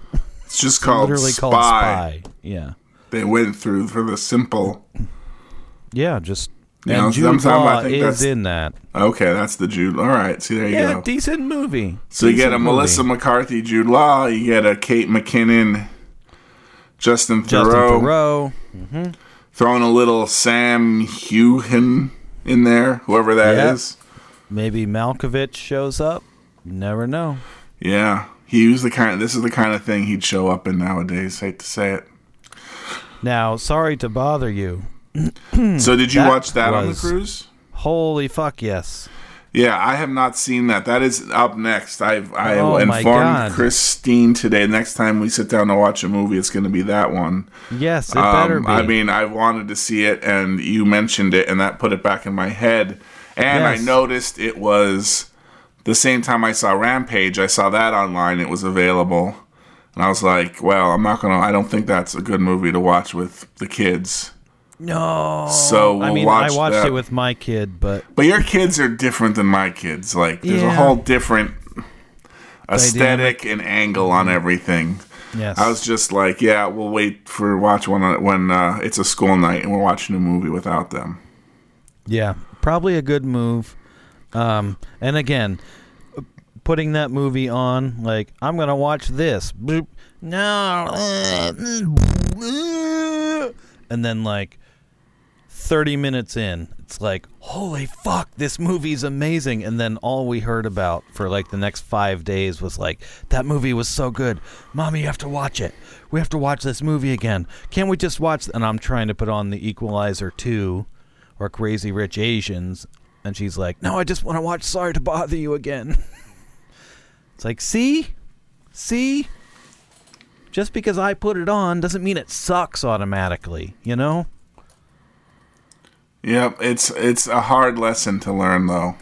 B: It's just called,
A: Literally
B: spy.
A: called Spy. Yeah.
B: They went through for the simple.
A: Yeah, just
B: Yeah,
A: and
B: I'm
A: Jude
B: talking about- I
A: Law
B: think
A: is
B: that's-
A: in that.
B: Okay, that's the Jude. All right, see there you
A: Yeah,
B: go.
A: decent movie.
B: so you get a
A: Decent
B: Melissa
A: movie.
B: McCarthy, Jude Law. You get a Kate McKinnon, Justin Thoreau,
A: Justin Thoreau.
B: throwing a little Sam Heughan in there, whoever that
A: Yeah.
B: is.
A: Maybe Malkovich shows up. You Never know.
B: Yeah, he was the kind. this is the kind of thing he'd show up in nowadays. Hate to say it.
A: Now, sorry to bother you.
B: So did you
A: Hmm, That
B: watch that on the
A: was-
B: cruise?
A: Holy fuck, yes.
B: Yeah, I have not seen that. That is up next. I've I
A: Oh my God.
B: informed Christine today. Next time we sit down to watch a movie, it's going to be that one.
A: Yes, it better
B: Um,
A: be.
B: I mean, I wanted to see it, and you mentioned it, and that put it back in my head. And
A: Yes.
B: I noticed it was the same time I saw Rampage. I saw that online; it was available, and I was like, "Well, I'm not gonna. I don't think that's a good movie to watch with the kids."
A: no.
B: So we'll
A: I mean,
B: watch
A: I watched
B: that.
A: it with my kid, but
B: But your kids are different than my kids. Like, there's
A: Yeah.
B: a whole different aesthetic and angle on everything.
A: yes.
B: I was just like, "Yeah, we'll wait for watch one on- when uh, it's a school night, and we're watching a movie without them."
A: Yeah, probably a good move. Um, and again, putting that movie on, like I'm gonna watch this. Bloop. No, and then like thirty minutes in, it's like, holy fuck, this movie's amazing. And then all we heard about for like the next five days was like, that movie was so good, mommy, you have to watch it. We have to watch this movie again. Can't we just watch? And I'm trying to put on The Equalizer two or Crazy Rich Asians. And she's like, No, I just want to watch Sorry to Bother You again. it's like, See? See? Just because I put it on doesn't mean it sucks automatically, you know?
B: Yep, it's it's a hard lesson to learn though.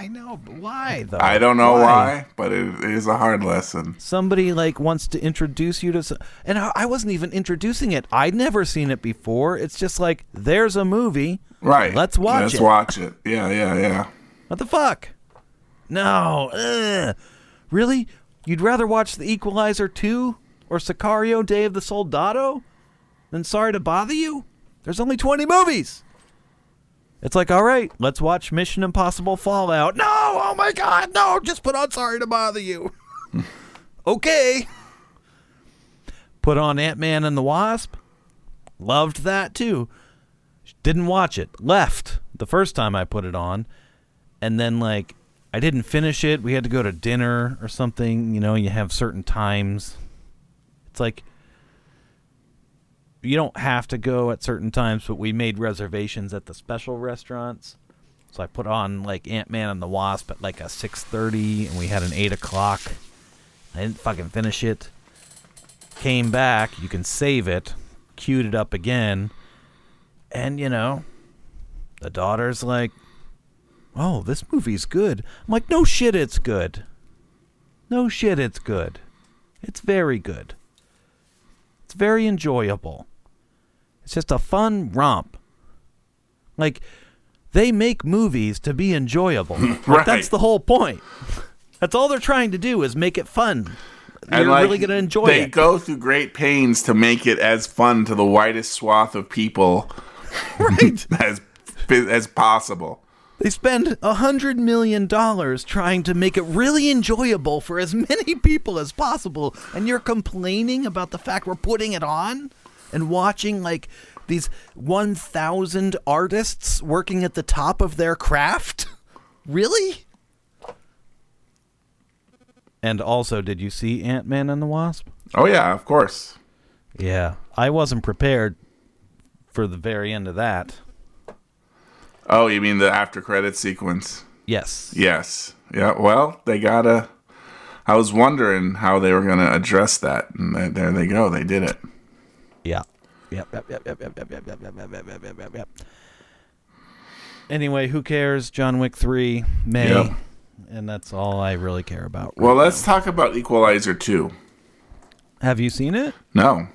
A: I know, but why though?
B: I don't know why, but it, it is a hard lesson.
A: Somebody like wants to introduce you to, s- and I I wasn't even introducing it. I'd never seen it before. It's just like there's a movie.
B: Right.
A: Let's watch
B: Let's
A: it.
B: watch it. Yeah, yeah, yeah.
A: What the fuck? No. Ugh. Really? You'd rather watch The Equalizer 2 or Sicario Day of the Soldado than Sorry to Bother You? There's only 20 movies. It's like, all right, let's watch Mission Impossible Fallout. No, oh my God, no, just put on Sorry to Bother You. okay. Put on Ant Man and the Wasp. Loved that too. Didn't watch it. Left the first time I put it on and then like I didn't finish it. We had to go to dinner or something. You know, you have certain times. It's like you don't have to go at certain times, but we made reservations at the special restaurants. So I put on like Ant Man and the Wasp at like a six thirty, and we had an eight o'clock. I didn't fucking finish it. Came back. You can save it. Queued it up again, and you know, the daughter's like, oh, this movie's good. I'm like, no shit, it's good. No shit, it's good. It's very good. It's very enjoyable. It's just a fun romp. Like, they make movies to be enjoyable. Like, that's
B: Right.
A: the whole point. That's all they're trying to do is make it fun. You're
B: like,
A: really going to enjoy
B: They
A: it.
B: go through great pains to make it as fun to the widest swath of people
A: right.
B: as as possible.
A: They spend a hundred million dollars trying to make it really enjoyable for as many people as possible, and you're complaining about the fact we're putting it on and watching like these one thousand artists working at the top of their craft? Really? And also, did you see Ant Man and the Wasp?
B: Oh yeah, of course.
A: Yeah. I wasn't prepared for the very end of that.
B: Oh, you mean the after credit sequence?
A: Yes.
B: Yes. Yeah. Well, they gotta. I was wondering how they were gonna address that, and th- there they go. They did it.
A: Yeah. Yep. Yep. Yep. Yep. Yep. Yep. Yep. Yep. Yep. Yep. Yep. Yep. Yep. Yep. Anyway, who cares? John Wick three May,
B: Yep.
A: and that's all I really care about.
B: Well, let's talk about Equalizer two.
A: Have you seen it?
B: No,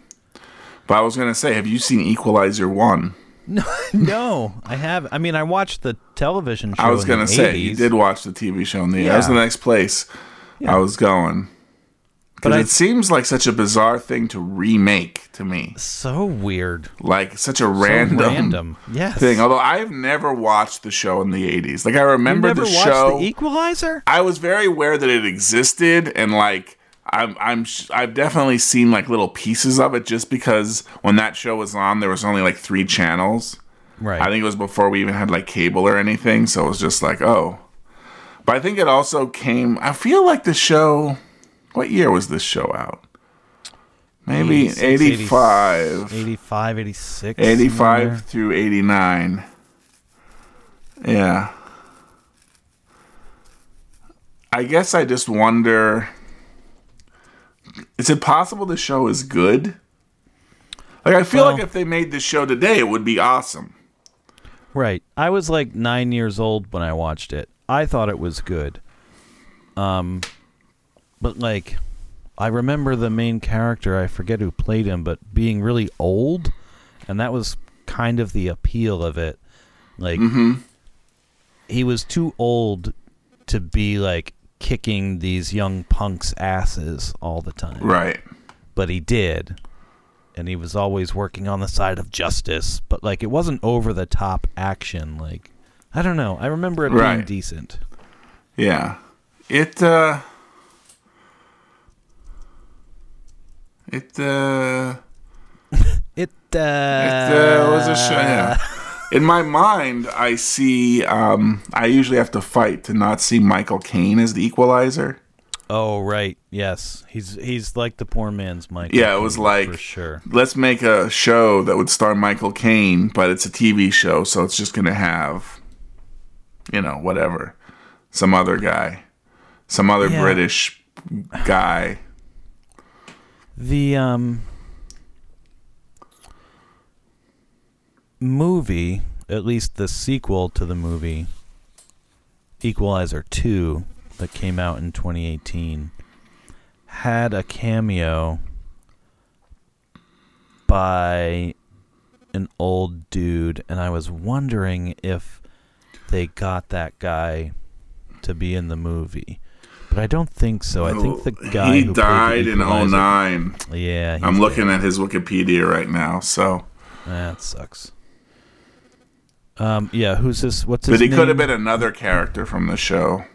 B: but I was gonna say, have you seen Equalizer one?
A: No, no, I have. I mean, I watched the television show.
B: I was
A: in the
B: gonna say
A: 80s,
B: you did watch the TV show. In the that was
A: Yeah.
B: the next place I was going.
A: But
B: Because
A: I-
B: it seems like such a bizarre thing to remake to me,
A: So weird.
B: like such a
A: So
B: random,
A: random. Yes.
B: um, thing. Although I've never watched the show in the '80s. Like I
A: you
B: remember
A: never
B: the
A: watched
B: show.
A: The e- Equalizer?
B: I was very aware that it existed, and like I'm, I'm, sh- I've definitely seen like little pieces of it, just because when that show was on, there was only like three channels.
A: Right.
B: I think it was before we even had like cable or anything, so it was just like, oh. But I think it also came. I feel like the show. What year was this show out? Maybe 85.
A: 85, 86.
B: 85 through 89. Yeah. I guess I just wonder is it possible the show is good? Like, I feel
A: Well-
B: like if they made this show today, it would be awesome.
A: Right. I was like nine years old when I watched it. I thought it was good. Um, but like, I remember the main character. I forget who played him, but being really old, and that was kind of the appeal of it. Like, he was too old to be like kicking these young punks' asses all the time
B: Right.
A: but he did. And he was always working on the side of justice, but like it wasn't over the top action. Like I don't know. I remember it being
B: Right.
A: decent.
B: Yeah. It, uh. It, uh.
A: It uh,
B: It uh, was a show. Yeah. In my mind, I see. Um, I usually have to fight to not see Michael Caine as the Equalizer.
A: Oh right, yes. He's he's like the poor man's Michael.
B: Yeah, it was
A: Caine,
B: like-
A: for sure.
B: Let's make a show that would star Michael Caine, but it's a TV show, so it's just gonna have, you know, whatever, some other guy, some other
A: Yeah.
B: British guy.
A: The um movie, at least the sequel to the movie Equalizer 2 that came out in 2018 had a cameo by an old dude and I was wondering if they got that guy to be in the movie. But I don't think so. I think the guy
B: he
A: who played the
B: died in
A: Equalizer-
B: 09.
A: yeah,
B: I'm
A: he's
B: looking at his Wikipedia right now. So,
A: dead. That sucks. Um, yeah, who's this? What's his
B: but he
A: name?
B: could have been another character from the show.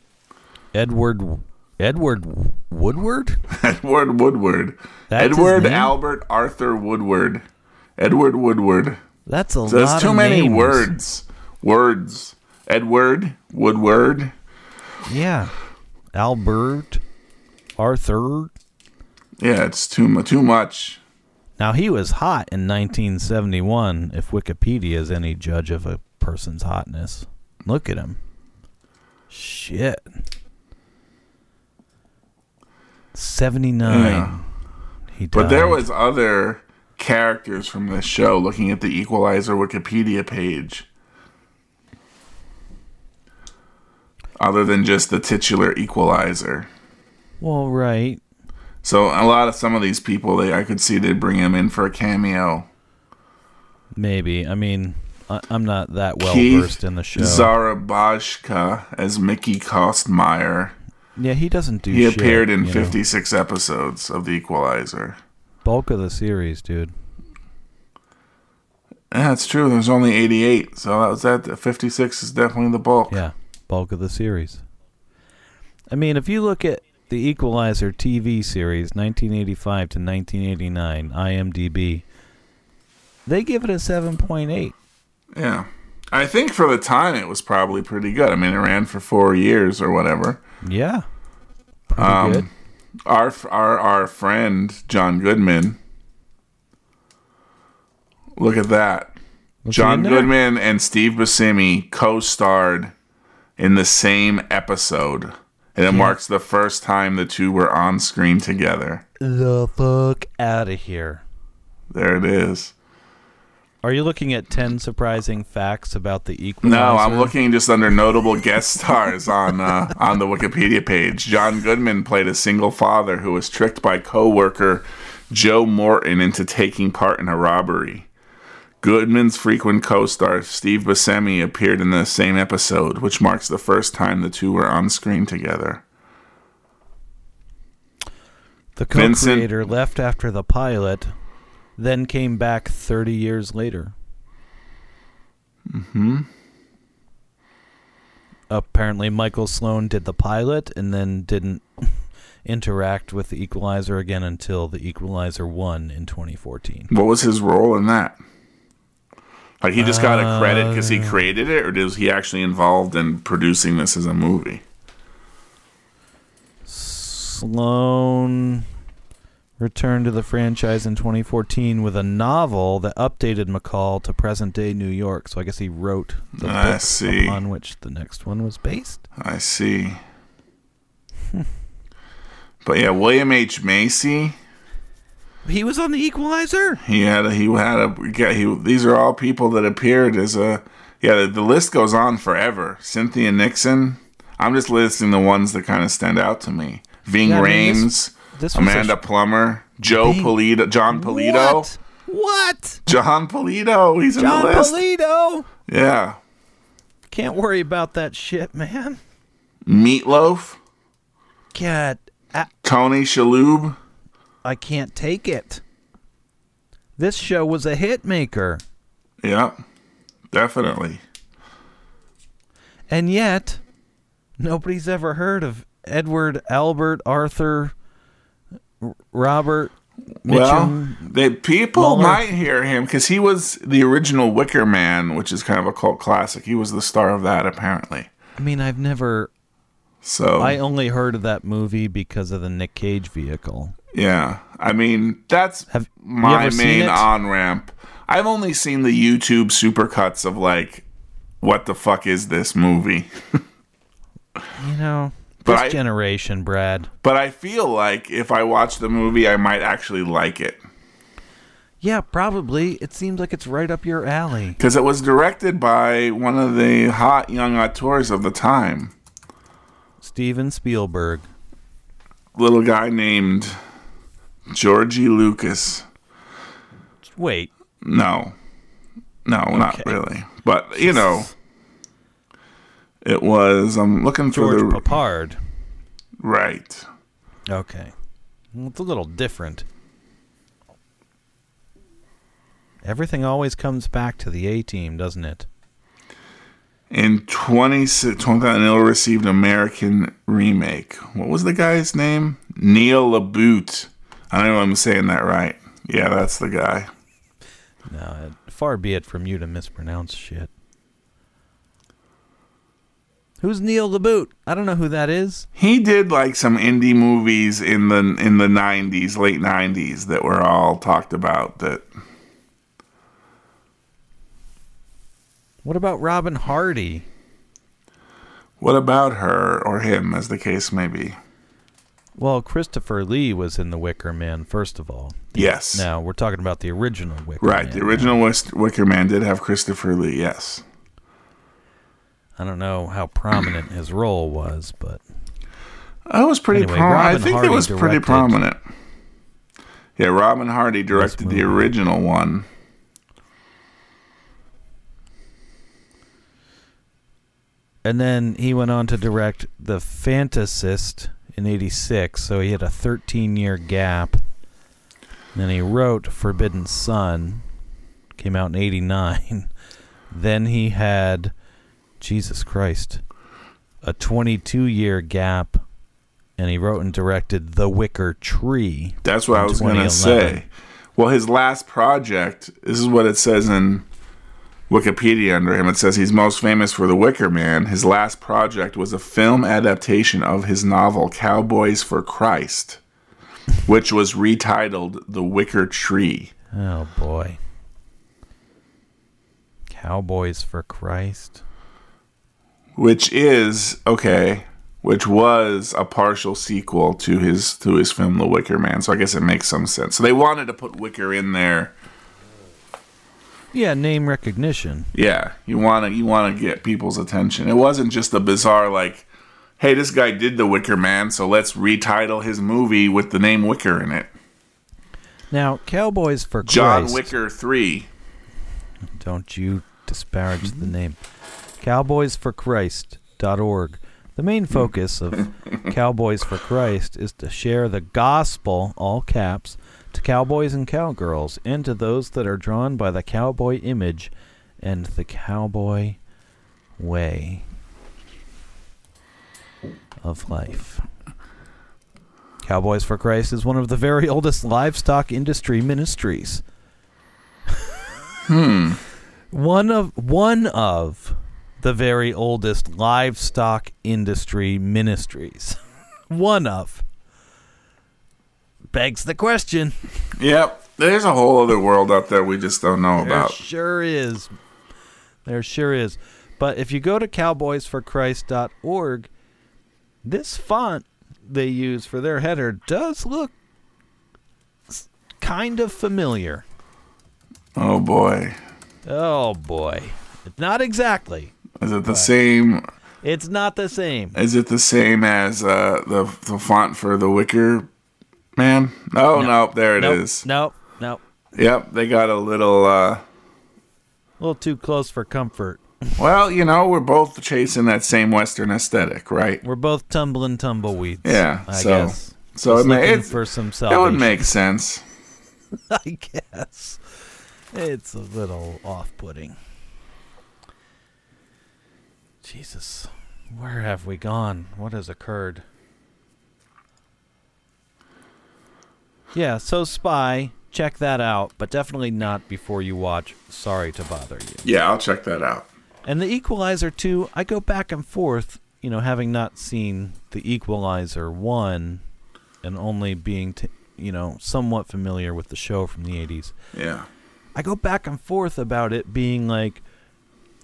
A: Edward. Edward Woodward.
B: Edward Woodward.
A: That's his
B: Edward
A: name?
B: Albert Arthur Woodward. Edward Woodward.
A: That's a
B: So
A: lot.
B: there's too
A: of
B: many
A: names.
B: words. Words. Edward Woodward.
A: Yeah, Albert, Arthur.
B: Yeah, it's too mu- too much.
A: Now he was hot in 1971. If Wikipedia is any judge of a person's hotness, look at him. Shit. 79.
B: Yeah.
A: He died.
B: But there was other characters from this show looking at the Equalizer Wikipedia page. other than just the titular equalizer.
A: Well, right.
B: So a lot of some of these people, they I could see they'd bring him in for a cameo.
A: Maybe. I mean, I, I'm not that well
B: Keith
A: versed in the show.
B: Zarabashka as Mickey Kostmeyer.
A: yeah, he doesn't do
B: He
A: shit.
B: appeared in
A: you know.
B: 56 episodes of The Equalizer.
A: Bulk of the series, dude.
B: Yeah, that's true. There's only 88, so that was that. 56 is definitely the bulk.
A: Yeah, bulk of the series. I mean, if you look at the Equalizer TV series, 1985 to 1989, IMDb, they give it a 7.8.
B: Yeah. I think for the time it was probably pretty good. I mean, it ran for four years or whatever.
A: Yeah. Pretty
B: Um,
A: good.
B: Our our our friend John Goodman. Look at that.
A: Was he in
B: John
A: there?
B: Goodman and Steve Buscemi co-starred in the same episode, and it marks the first time the two were on screen together.
A: The fuck out of here.
B: There it is.
A: Are you looking at 10 surprising facts about the Equalizer?
B: No, I'm looking just under notable guest stars on uh, on the Wikipedia page. John Goodman played a single father who was tricked by coworker Joe Morton into taking part in a robbery. Goodman's frequent co-star Steve Buscemi appeared in the same episode, which marks the first time the two were on screen together.
A: The co
B: Vincent-
A: creator left after the pilot, then came back 30 years later. Mm hmm. Apparently, Michael Sloan did the pilot and then didn't interact with the Equalizer again until the Equalizer 1 in 2014.
B: What was his role in that? Like he just got a credit because
A: Uh.
B: he created it, or was he actually involved in producing this as a movie?
A: Sloan returned to the franchise in 2014 with a novel that updated McCall to present day New York. So I guess he wrote the
B: I
A: book
B: see.
A: upon which the next one was based.
B: I see. but yeah, William H Macy.
A: He was on The Equalizer.
B: He had a, he had a yeah, he. These are all people that appeared as a yeah. The, the list goes on forever. Cynthia Nixon. I'm just listing the ones that kind of stand out to me. Ving
A: Yeah, I mean, this-
B: Rhames,
A: this was a
B: Amanda Plummer, Joe
A: Ving-
B: Polito, John Polito,
A: What? What?
B: John Polito. He's in
A: John
B: the list.
A: Polito.
B: yeah,
A: Can't worry about that shit, man.
B: Meatloaf,
A: God, I,
B: Tony Shalhoub.
A: I can't take it. This show was a hit maker,
B: Yep, definitely.
A: and yet nobody's ever heard of Edward, Albert, Arthur, R- Robert,
B: Well,
A: Mitchum.
B: the people
A: Mueller.
B: might hear him because he was the original Wicker Man, which is kind of a cult classic. He was the star of that, apparently.
A: I mean, I've never.
B: So,
A: I um, only heard of that movie because of the Nick Cage vehicle.
B: yeah, I mean, that's
A: Have you
B: my
A: ever seen
B: main
A: it?
B: on ramp. I've only seen the YouTube supercuts of like, what the fuck is this movie?
A: You know,
B: But
A: this
B: I-
A: generation, Brad.
B: But I feel like if I watch the movie, I might actually like it
A: Yeah, probably. It seems like it's right up your alley.
B: because it was directed by one of the hot young auteurs of the time.
A: Steven Spielberg.
B: little guy named Georgie Lucas.
A: Wait.
B: No, no, not
A: Okay.
B: really. But you know, it was. I'm looking for
A: George
B: the
A: Papard.
B: right.
A: Okay. Well, it's a little different. Everything always comes back to the A team, doesn't it?
B: In 20, 20 an ill-received American remake. What was the guy's name? Neil Labute. I don't know if I'm saying that right. Yeah, that's the guy.
A: No, it- Uh, far be it from you to mispronounce shit. Who's Neil the Boot? I don't know who that is.
B: He did like some indie movies in the in the 90s, late 90s that were all talked about that
A: What about Robin Hardy?
B: What about her or him, as the case may be?
A: Well, Christopher Lee was in The Wicker Man, first of all.
B: Yes.
A: Now, we're talking about the original Wicker
B: Right.
A: Man.
B: the original West Wicker Man did have Christopher Lee. Yes.
A: I don't know how prominent his role was, but
B: I was pretty
A: Anyway,
B: prominent. I
A: Robin
B: think
A: Hardy
B: it was pretty
A: directed-
B: prominent. Yeah, Robin Hardy directed the
A: movie.
B: original one.
A: and then he went on to direct The Fantasist in 86, so he had a 13-year gap. Then he wrote Forbidden Son, came out in 89. Then he had Jesus Christ, a 22-year gap and he wrote and directed The Wicker Tree.
B: That's what I was going to
A: 2011.
B: say. Well, his last project, this is what it says in Wikipedia under him. It says he's most famous for The Wicker Man. His last project was a film adaptation of his novel Cowboys for Christ, which was retitled The Wicker Tree.
A: Oh boy. Cowboys for Christ.
B: which is okay, which was a partial sequel to his to his film The Wicker Man. So I guess it makes some sense. So they wanted to put Wicker in there.
A: Yeah, name recognition.
B: Yeah, you want to you want to get people's attention. It wasn't just a bizarre like, hey, this guy did The Wicker Man, so let's retitle his movie with the name Wicker in it.
A: Now, Cowboys for
B: John
A: Christ.
B: Wicker 3.
A: Don't you disparage the name. Cowboysforchrist.org. The main focus of Cowboys for Christ is to share the gospel, all caps, to cowboys and cowgirls and to those that are drawn by the cowboy image and the cowboy way of life. Cowboys for Christ is one of the very oldest livestock industry ministries. One of one of the very oldest livestock industry ministries. one of begs the question.
B: Yep. There's a whole other world out there we just don't know
A: There
B: about.
A: sure is. There sure is. But if you go to cowboysforchrist.org, this font they use for their header does look s- kind of familiar.
B: Oh boy.
A: Oh boy. It's not exactly.
B: Is it the same
A: It's not the same.
B: Is it the same as uh, the the font for the Wicker Man? Oh no, there it
A: nope,
B: is.
A: Nope. Nope.
B: Yep, they got a little. Uh,
A: A little too close for comfort.
B: well, you know, we're both chasing that same Western aesthetic, right?
A: We're both tumbling tumbleweeds.
B: Yeah,
A: I
B: so-
A: guess.
B: so
A: Just
B: it ma-
A: looking
B: it's-
A: for some
B: That would
A: salvation.
B: make sense.
A: I guess it's a little off-putting. Jesus, where have we gone? What has occurred? Yeah, so spy, check that out, but definitely not before you watch. Sorry to bother you.
B: Yeah, I'll check that out.
A: And The Equalizer 2, I go back and forth, you know, having not seen The Equalizer 1 and only being, t- you know, somewhat familiar with the show from the 80s.
B: Yeah,
A: I go back and forth about it being like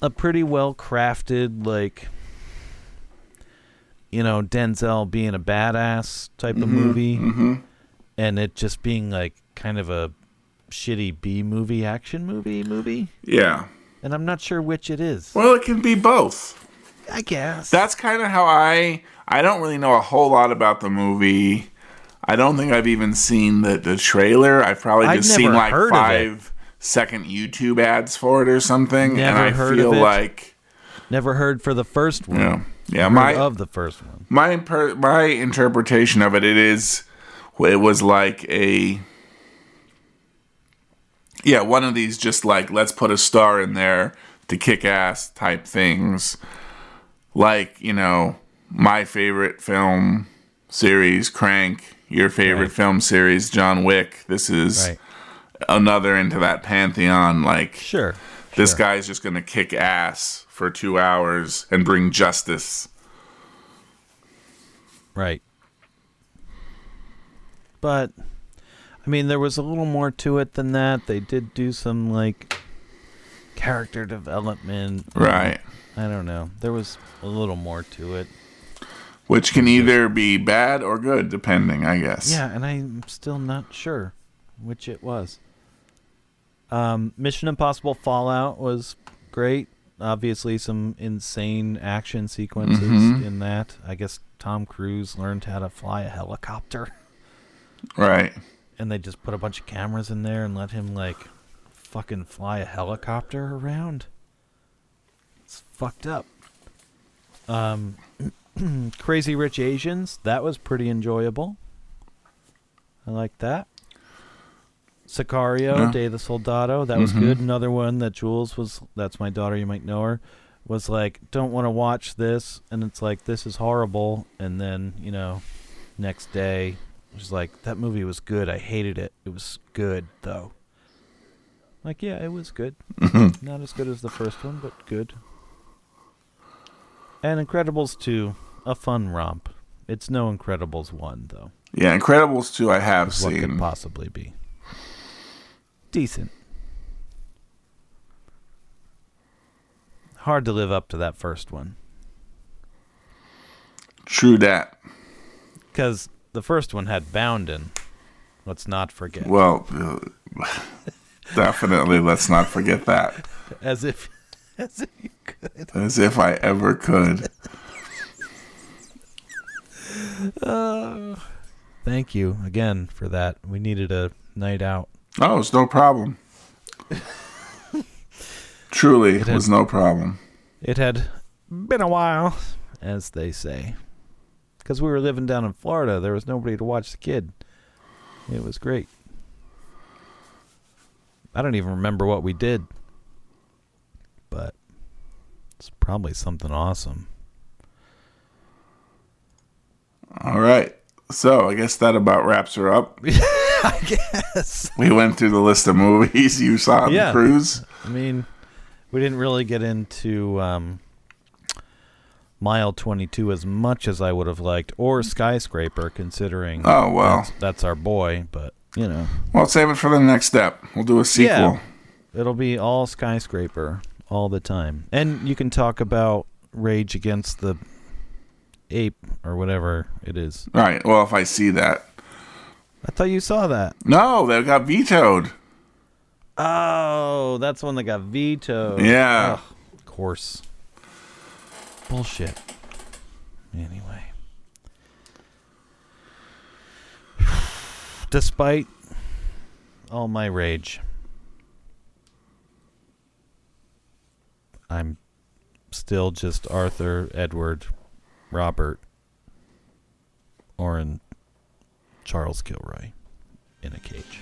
A: a pretty well crafted, like, you know, Denzel being a badass type of movie. And it just being like kind of a shitty B movie, action movie, movie.
B: yeah.
A: And I'm not sure which it is.
B: Well, it can be both.
A: I guess.
B: That's kind of how I. I don't really know a whole lot about the movie. I don't think I've even seen the the trailer. I've probably
A: I'd
B: just
A: never
B: seen like
A: heard of it.
B: five second YouTube ads for it or something, and
A: Never
B: I
A: heard of
B: feel
A: it.
B: like
A: Never heard for the first one.
B: yeah, yeah.
A: Heard
B: My
A: of the first one.
B: my imper- my interpretation of it it is it was like a yeah one of these just like let's put a star in there to kick ass type things like you know my favorite film series crank your favorite
A: Right.
B: film series john wick this is
A: Right.
B: another into that pantheon like
A: Sure.
B: this
A: sure.
B: guy's just gonna kick ass for two hours and bring justice
A: Right. But I mean there was a little more to it than that. They did do some like character development.
B: right
A: I don't know. There was a little more to it.
B: Which can either be bad or good, depending, I guess.
A: Yeah, and I'm still not sure which it was. Um, Mission Impossible Fallout was great. obviously some insane action sequences
B: Mhm.
A: in that. I guess Tom Cruise learned how to fly a helicopter,
B: Right.
A: and they just put a bunch of cameras in there and let him like fucking fly a helicopter around. It's fucked up. Um, Crazy Rich Asians that was pretty enjoyable. I like that. Sicario,
B: Yeah.
A: Day of the Soldado, that was good. Another one that Jules was, that's my daughter, you might know her, was like, don't want to watch this. And it's like, this is horrible. And then, you know, next day, she's like, that movie was good. I hated it. It was good, though. Like, yeah, it was good. Not as good as the first one, but good. And Incredibles 2, a fun romp. It's no Incredibles 1, though
B: Yeah, Incredibles 2 I have
A: what could
B: seen.
A: possibly be. Decent. Hard to live up to that first one.
B: True that.
A: Because the first one had Boundin. Let's not forget.
B: Well, uh, definitely let's not forget that.
A: As if as if you could.
B: As if I ever could.
A: Oh. Thank you again for that. We needed a night out.
B: Oh, it's no problem. Truly, it was no problem.
A: It had been a while, as they say. Because we were living down in Florida, there was nobody to watch the kid. It was great. I don't even remember what we did, but it's probably something awesome.
B: All right. So I guess that about wraps her up.
A: I guess.
B: We went through the list of movies you saw on
A: Yeah.
B: the cruise.
A: I mean, we didn't really get into um, Mile 22 as much as I would have liked, or Skyscraper, considering
B: Oh, well.
A: that's, that's our boy, but, you know.
B: Well, save it for the next step. We'll do a sequel.
A: Yeah. It'll be all skyscraper all the time. And you can talk about Rage Against the Ape or whatever it is.
B: All right. Well, if I see that.
A: I thought you saw that.
B: No, that got vetoed.
A: Oh, that's one that got vetoed.
B: Yeah.
A: Ugh, of course. Bullshit. Anyway. Despite all my rage, I'm still just Arthur, Edward, Robert, or in Charles Kilroy in a cage.